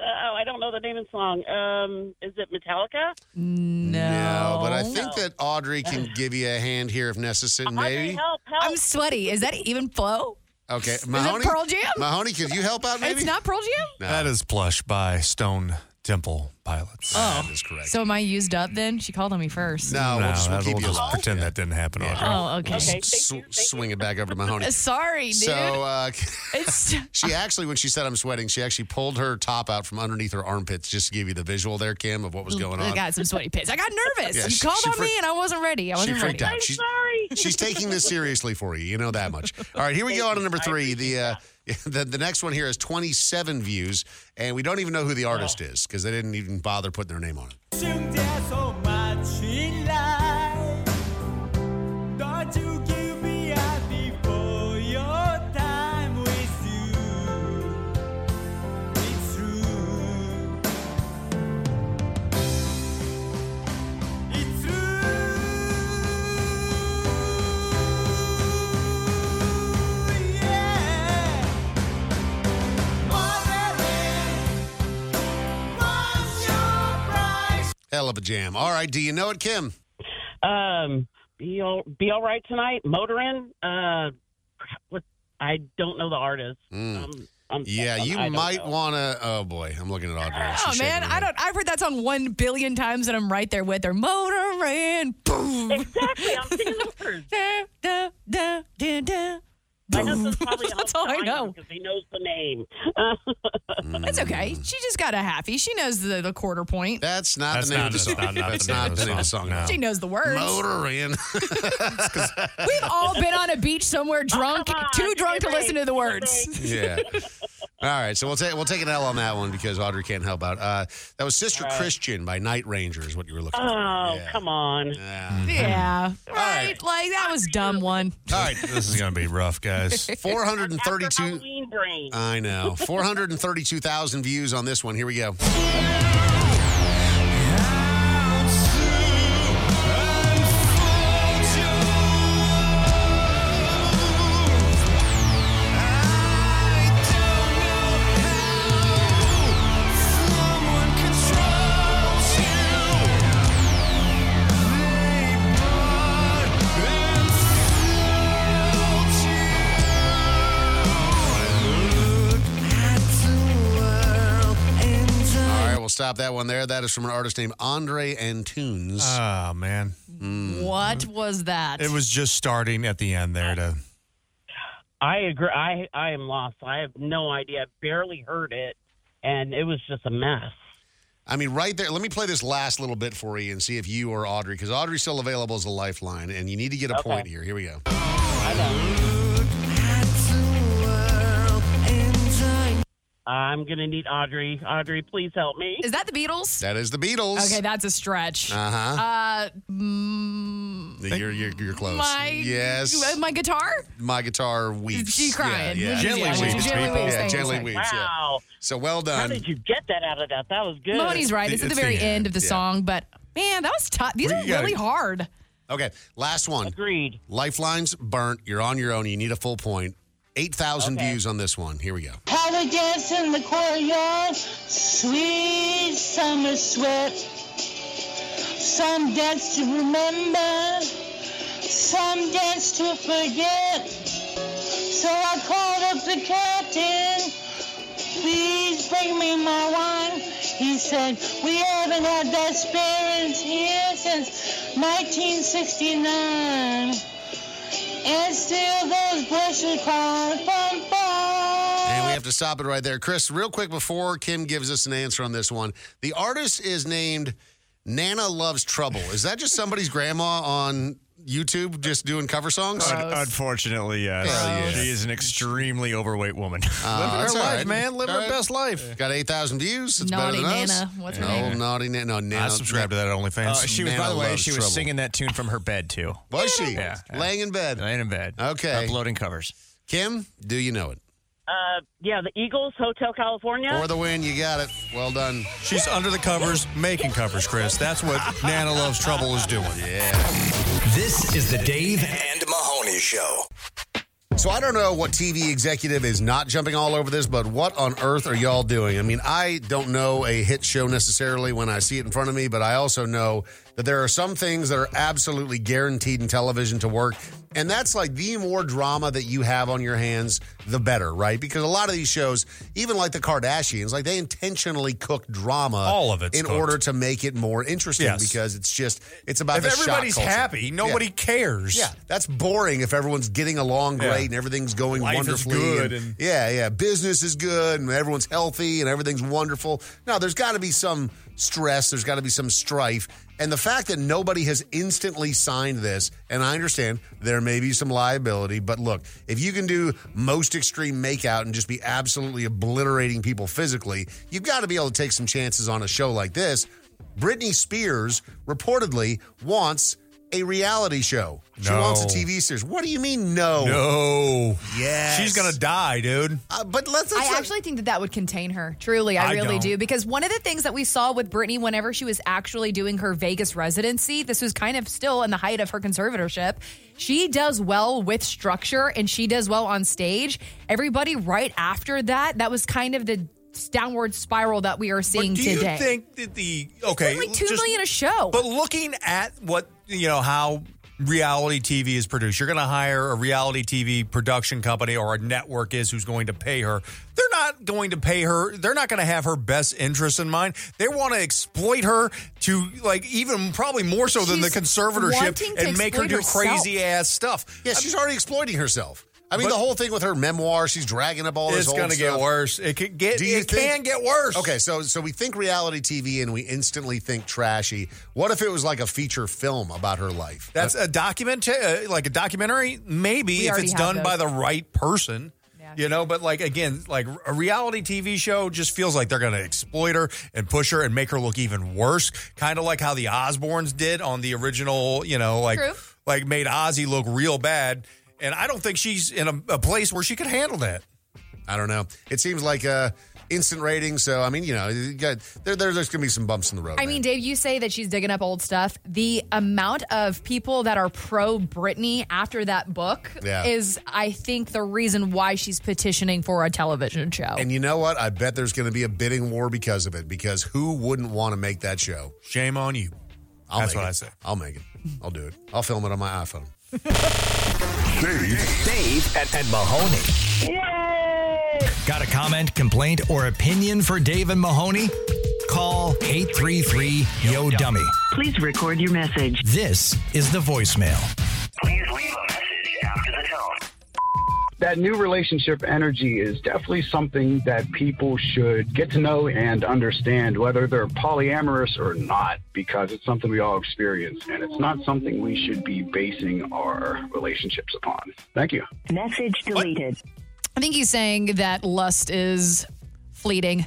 Oh, I don't know the name of the song. Um, is it Metallica? No, but I think that Audrey can give you a hand here if necessary. Maybe. I'm sweaty. Is that even flow? Okay, Is it Mahoney. Pearl Jam? Mahoney, could you help out? Maybe It's not Pearl Jam. That is plush by Stone Temple Pilots. Oh. That is correct. So am I used up then? She called on me first. No, we'll just, we'll that- keep we'll you just alive. pretend that didn't happen. Audrey. Oh, okay. We'll Okay, s- sw- swing it back over to Mahoney. Sorry, dude. So uh, it's she actually, when she said I'm sweating, she actually pulled her top out from underneath her armpits just to give you the visual there, Kim, of what was going I on. got some sweaty pits. I got nervous. Yeah, you she- called she on freak- me and I wasn't ready. I she wasn't freaked ready. out. She's, She's taking this seriously for you. You know that much. All right, here we go on to number three. The uh, the, the next one here has 27 views, and we don't even know who the Oh. artist is because they didn't even bother putting their name on it. Hell of a jam. All right, do you know it, Kim? Um, be all, be all right tonight. Motorin. Uh, crap, what? I don't know the artist. Um, I'm, Hmm. Yeah, I'm- you I don't might know. want to. Oh boy, I'm looking at Audrey. and Oh she's shaking man, her I head. don't. I've heard that song one billion times, and I'm right there with her. Motor and boom. Exactly, I'm singing the words. Da, da, da, da, da, I know boom. this is probably That's all I know. because he knows the name. That's okay. She just got a happy. She knows the, the quarter point. That's not That's the name not of the it. song. Not- not That's not the name of the song. no. She knows the words. Motor in. We've all been on a beach somewhere Oh, drunk, too drunk to listen to the words. yeah. All right, so we'll take we'll take an L on that one because Audrey can't help out. Uh, that was Sister All right. Christian by Night Ranger is what you were looking for. Oh, come on. Yeah. right. Right? Like, that was dumb one. All right, This is going to be rough, guys. 432. Halloween brain. I know, 432,000 views on this one. Here we go. Controls you. stop that one there. That is from an artist named Andre Antunes. Hmm. Oh, man. What was that? It was just starting at the end there to. I agree. I I am lost. I have no idea. I barely heard it, and it was just a mess. I mean, right there. Let me play this last little bit for you and see if you or Audrey, because Audrey's still available as a lifeline, and you need to get a point here. Here we go. I'm gonna need Audrey. Audrey, please help me. Is that the Beatles? That is the Beatles. Okay, that's a stretch. Uh-huh. Uh, mm, You're, you're, you're close. my yes. my guitar. My guitar weeps. She crying. Yeah, yeah. Which is- Gently yeah, which is weeps. gently people. weeps, Yeah, thank you. gently weeps. yeah. Wow. So well done. How did you get that out of that? That was good. Mahoney's right. It's, at the very end, of the song, but man, that was tough. These We are gotta- really hard. Okay, last one. Agreed. Lifelines burnt. You're on your own. You need a full point. 8,000 Okay. views on this one. Here we go. Had a dance in the courtyard, sweet summer sweat. Some dance to remember, some dance to forget. So I called up the captain, please bring me my wine. He said, we haven't had that spirits here since 1969. And still those bushes cry, bum, bum. And we have to stop it right there. Chris, real quick before Kim gives us an answer on this one, the artist is named Nana Loves Trouble. Is that just somebody's grandma on YouTube just doing cover songs? Un- unfortunately, yes. Gross. She is an extremely overweight woman. Uh, Live that's her all life, right. man. Live All her right. best life. Got 8,000 views. It's Naughty better than us. Nana. What's her no, name? naughty Nana. No, Nana. I subscribe to that Uh, OnlyFans. she was, by Nana the way, loves she trouble. was singing that tune from her bed too. Was she? Yeah. Laying in bed. Laying in bed. Okay. Uploading covers. Kim, do you know it? Uh, yeah, the Eagles, Hotel California. For the win, you got it. Well done. She's under the covers, making covers, Chris. That's what Nana Loves Trouble is doing. Yeah. This is the Dave and Mahoney Show. So I don't know what TV executive is not jumping all over this, but what on earth are y'all doing? I mean, I don't know a hit show necessarily when I see it in front of me, but I also know that there are some things that are absolutely guaranteed in television to work. And that's like the more drama that you have on your hands, the better, right? Because a lot of these shows, even like the Kardashians, like they intentionally cook drama All of it's in cooked. order to make it more interesting Yes. because it's just it's about If the shock everybody's culture. happy, nobody Yeah. cares. Yeah, that's boring if everyone's getting along Yeah. great and everything's going Life is wonderfully. good and- and- yeah, yeah, business is good and everyone's healthy and everything's wonderful. No, there's got to be some stress. There's got to be some strife. And the fact that nobody has instantly signed this, and I understand there may be some liability, but look, if you can do most extreme makeout and just be absolutely obliterating people physically, you've got to be able to take some chances on a show like this. Britney Spears reportedly wants a reality show. She No. wants a TV series. What do you mean, no? No. Yes. She's going to die, dude. Uh, but let's. I actually think that that would contain her. Truly, I, I really don't. do. Because one of the things that we saw with Britney whenever she was actually doing her Vegas residency, this was kind of still in the height of her conservatorship. She does well with structure and she does well on stage. Everybody right after that, that was kind of the downward spiral that we are seeing Do today. you think that the okay like two just- million a show. But looking at what you know how reality TV is produced, you're going to hire a reality TV production company or a network is who's going to pay her. They're not going to pay her. They're not going to have her best interests in mind. They want to exploit her to like even probably more so than the She's wanting conservatorship to and make her exploit do herself. crazy ass stuff. Yeah, she's already exploiting herself. I mean, But- the whole thing with her memoir, she's dragging up all this. It's old gonna get stuff. worse. It could get. Do you It think- can get worse. Okay, so so we think reality TV and we instantly think trashy. What if it was like a feature film about her life? That's a document, uh, like a documentary, maybe We if already it's have done those. by the right person. You know, but like again, like a reality TV show just feels like they're going to exploit her and push her and make her look even worse. Kind of like how the Osbournes did on the original, you know, like True. like made Ozzy look real bad. And I don't think she's in a, a place where she could handle that. I don't know. It seems like uh, instant ratings. So I mean, you know, you got, there, there- there's going to be some bumps in the road. I mean, Dave, you say that she's digging up old stuff. The amount of people that are pro Britney after that book Yeah. is, I think, the reason why she's petitioning for a television show. Oh. And you know what? I bet there's going to be a bidding war because of it. Because who wouldn't want to make that show? Shame on you. I'll That's make what it. I say. I'll make it. I'll do it. I'll film it on my iPhone. Dave, Dave and, and Mahoney. Got a comment, complaint, or opinion for Dave and Mahoney? Call 833 Yo Dummy. Please record your message. This is the voicemail. that new relationship energy is definitely something that people should get to know and understand, whether they're polyamorous or not, because it's something we all experience and it's not something we should be basing our relationships upon. Thank you. Message deleted. I think he's saying that lust is fleeting.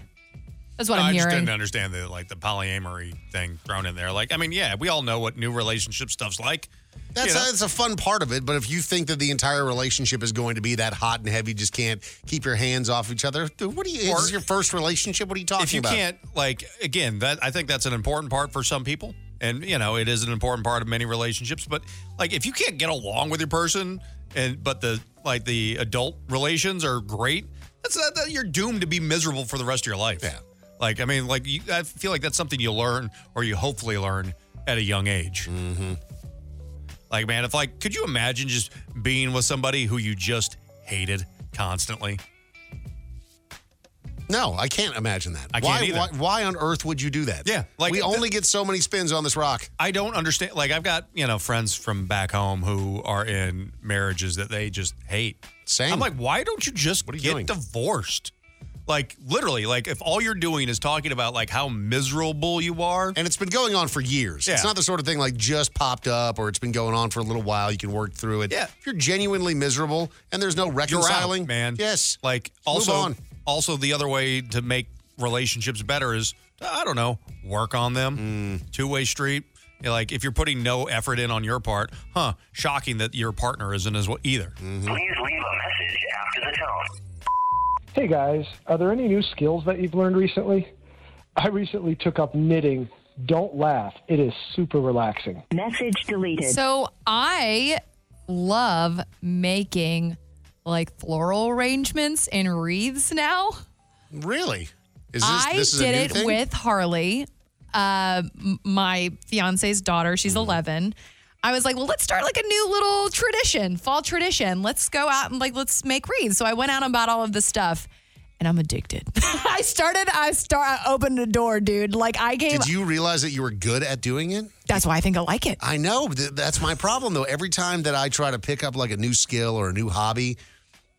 That's what No, I'm I just hearing. didn't understand the like the polyamory thing thrown in there. Like, I mean, yeah, we all know what new relationship stuff's like. That's You know? that's a fun part of it, but if you think that the entire relationship is going to be that hot and heavy, just can't keep your hands off each other. Dude, what are you? is this your first relationship? What are you talking if you about? can't like again that i think that's an important part for some people and you know it is an important part of many relationships but like if you can't get along with your person and but the like the adult relations are great that's that, that you're doomed to be miserable for the rest of your life yeah like i mean like you, i feel like that's something you learn or you hopefully learn at a young age mm-hmm. like man if like could you imagine just being with somebody who you just hated constantly no, I can't imagine that. I can't why, either. why? Why on earth would you do that? Yeah, like we the- only get so many spins on this rock. I don't understand. Like I've got you know friends from back home who are in marriages that they just hate. Same. I'm like, why don't you just What are you get doing? divorced? Like literally, like if all you're doing is talking about like how miserable you are, and it's been going on for years. Yeah. It's not the sort of thing like just popped up or it's been going on for a little while. You can work through it. Yeah. If you're genuinely miserable and there's no reconciling, You're out, man. Yes. Like Move also, on. also the other way to make relationships better is I don't know, work on them. Mm. Two way street. You know, Like if you're putting no effort in on your part, huh? Shocking that your partner isn't as well either. Mm-hmm. Please leave a message after the tone. Hey guys, are there any new skills that you've learned recently? I recently took up knitting. Don't laugh, it is super relaxing. Message deleted. So I love making like floral arrangements and wreaths now. Really? I did it with Harley, uh, m- my fiance's daughter. She's Mm-hmm. 11. I was like, well, let's start like a new little tradition, fall tradition. Let's go out and like, let's make wreaths. So I went out and bought all of this stuff and I'm addicted. I started, I start, I opened a door, dude. Like I came, Did you realize that you were good at doing it? that's why I think I like it. I know. Th- that's my problem, though. Every time that I try to pick up like a new skill or a new hobby,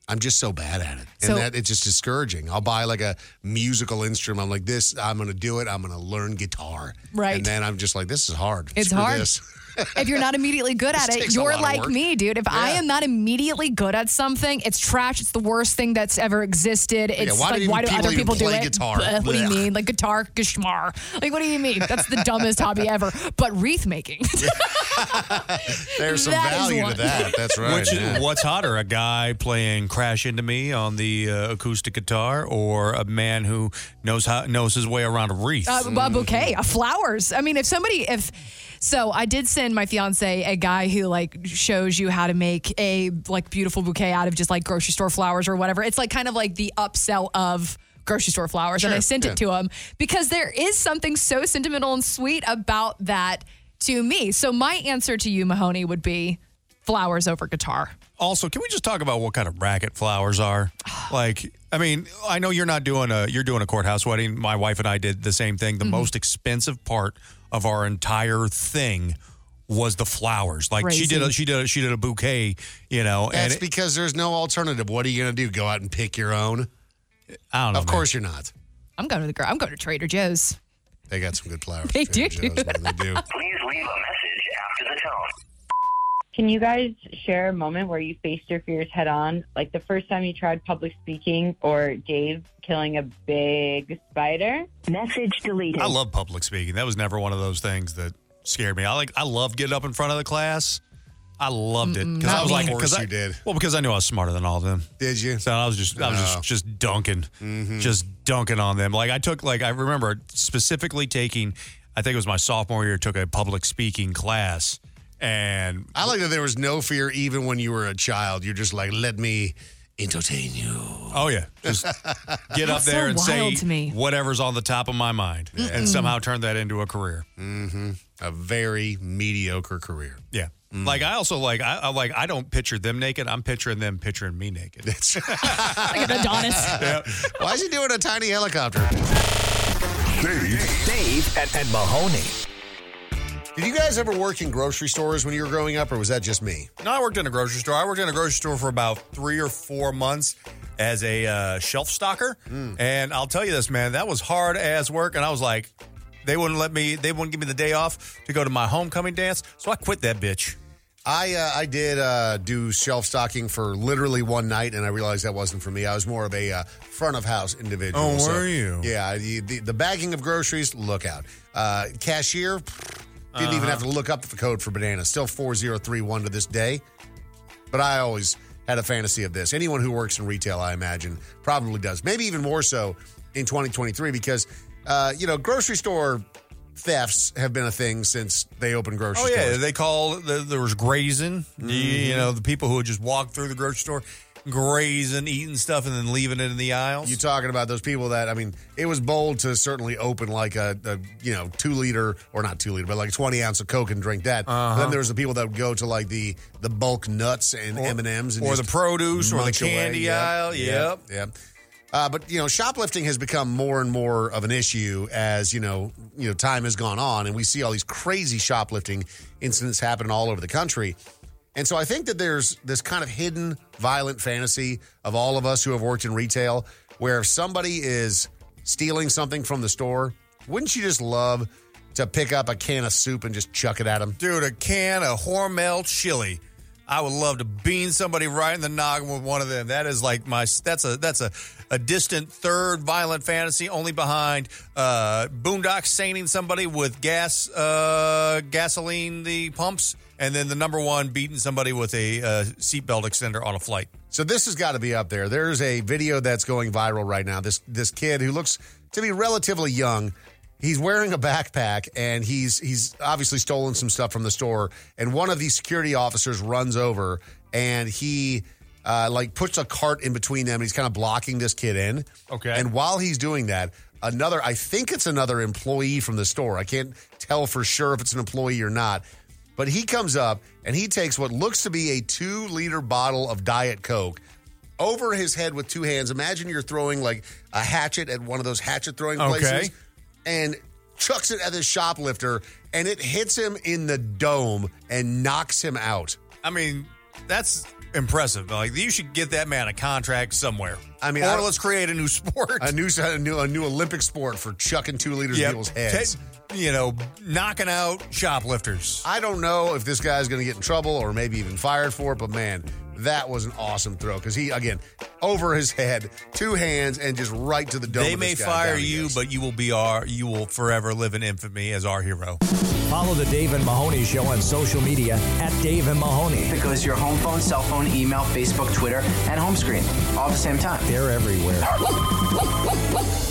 I'm just so bad at it. And So- that it's just discouraging. I'll buy like a musical instrument. I'm like, this, I'm going to do it. I'm going to learn guitar. Right. And then I'm just like, this is hard. It's Screw hard. this. if you're not immediately good at This it, takes a you're lot of like work. me, dude. If I Yeah. am not immediately good at something, it's trash. It's the worst thing that's ever existed. It's why do like, even why do people other even people do play it? guitar? Bleh, what do you Blech. mean? Like guitar, gishmar. Like, what do you mean? That's the dumbest hobby ever. But wreath making. There's some That is value one. to that. That's right. Which is- yeah. what's hotter, a guy playing "Crash Into Me" on the uh, acoustic guitar, or a man who knows how knows his way around a wreath? Uh, a bouquet of flowers. I mean, if somebody, if so, I did send my fiance a guy who like shows you how to make a like beautiful bouquet out of just like grocery store flowers or whatever. It's like kind of like the upsell of grocery store flowers, and I Sure, sent yeah. it to him because there is something so sentimental and sweet about that to me. So my answer to you, Mahoney, would be flowers over guitar. Also, can we just talk about what kind of racket flowers are? Like, I mean, I know you're not doing a you're doing a courthouse wedding. My wife and I did the same thing. The Mm-hmm. most expensive part of our entire thing was the flowers. Like she did a Crazy. she did a, she did a bouquet, you know, That's and it- because there's no alternative. What are you going to do? Go out and pick your own? I don't know. Of course you're not. I'm going to the gr- I'm going to Trader Joe's. They got some good flowers. They Trader do. Joe's, man. They do. Please leave a message after the tone. Can you guys share a moment where you faced your fears head on? Like the first time you tried public speaking or Dave killing a big spider? Message deleted. I love public speaking. That was never one of those things that scared me. I like I love getting up in front of the class. I loved it because not I was me. like, Of course 'cause I- you did. Well, because I knew I was smarter than all of them. Did you? Oh. Mm-hmm. So I was just I was No. just just dunking, just dunking on them. Like I took like I remember specifically taking, I think it was my sophomore year, took a public speaking class, and I like that there was no fear even when you were a child. You're just like, let me entertain you. Oh yeah, just get up That's so there and say wild to me. whatever's on the top of my mind, and Mm-mm. somehow turn that into a career. Mm-hmm. A very mediocre career. Mm. Yeah. Like I also like I, I like I don't picture them naked. I'm picturing them picturing me naked. Why is he doing a tiny helicopter? Dave, Dave and, and Mahoney. Did you guys ever work in grocery stores when you were growing up, or was that just me? No, I worked in a grocery store. I worked in a grocery store for about three or four months as a uh, shelf stocker. And I'll tell you this, man, that was hard ass work. And I was like, they wouldn't let me, they wouldn't give me the day off to go to my homecoming dance. So I quit that bitch. I uh, I did uh, do shelf stocking for literally one night, and I realized that wasn't for me. I was more of a uh, front of house individual. Oh, were you? Yeah, the, the, the bagging of groceries, look out. Uh, cashier pfft, didn't even Uh-huh. have to look up the code for banana. Still four zero three one to this day. But I always had a fantasy of this. Anyone who works in retail, I imagine, probably does. Maybe even more so in 2023 because uh, you know grocery store thefts have been a thing since they opened grocery Oh stores. yeah, Mm-hmm. they call the, there was grazing. The- You know, the people who would just walk through the grocery store, grazing, eating stuff, and then leaving it in the aisles. You talking about those people that I mean, it was bold to certainly open like a, a you know two liter or not two liter, but like twenty ounce of Coke and drink that. Uh-huh. But Then there was the people that would go to like the the bulk nuts and M and M's or the produce or the candy aisle. Yep, Yep. yep. Uh, but you know, shoplifting has become more and more of an issue as you know, you know, time has gone on, and we see all these crazy shoplifting incidents happening all over the country. And so I think that there's this kind of hidden violent fantasy of all of us who have worked in retail where if somebody is stealing something from the store, wouldn't you just love to pick up a can of soup and just chuck it at them? Dude, a can of Hormel chili. I would love to bean somebody right in the noggin with one of them. That is like my that's a that's a, a distant third violent fantasy, only behind uh, Boondock saning somebody with gas uh, gasoline the pumps, and then the number one beating somebody with a uh, seatbelt extender on a flight. So this has got to be up there. There's a video that's going viral right now. This this kid who looks to be relatively young, he's wearing a backpack and he's he's obviously stolen some stuff from the store. And one of these security officers runs over and he uh, like puts a cart in between them and he's kind of blocking this kid in. Okay. And while he's doing that, another I think it's another employee from the store. I can't tell for sure if it's an employee or not. But he comes up and he takes what looks to be a two liter bottle of Diet Coke over his head with two hands. Imagine you're throwing like a hatchet at one of those hatchet throwing Okay. places and chucks it at this shoplifter and it hits him in the dome and knocks him out. I mean, that's impressive. Like you should get that man a contract somewhere. I mean, or I- let's create a new sport. A new, a new, a new Olympic sport for chucking two liters Yeah, of people's heads. ta- you know, knocking out shoplifters. I don't know if this guy's going to get in trouble or maybe even fired for it, but man, that was an awesome throw because he, again, over his head, two hands, and just right to the dome. They of may this guy fire down he you, goes. but you will be our you will forever live in infamy as our hero. Follow the Dave and Mahoney Show on social media at Dave and Mahoney. Because your home phone, cell phone, email, Facebook, Twitter, and home screen all at the same time. They're everywhere.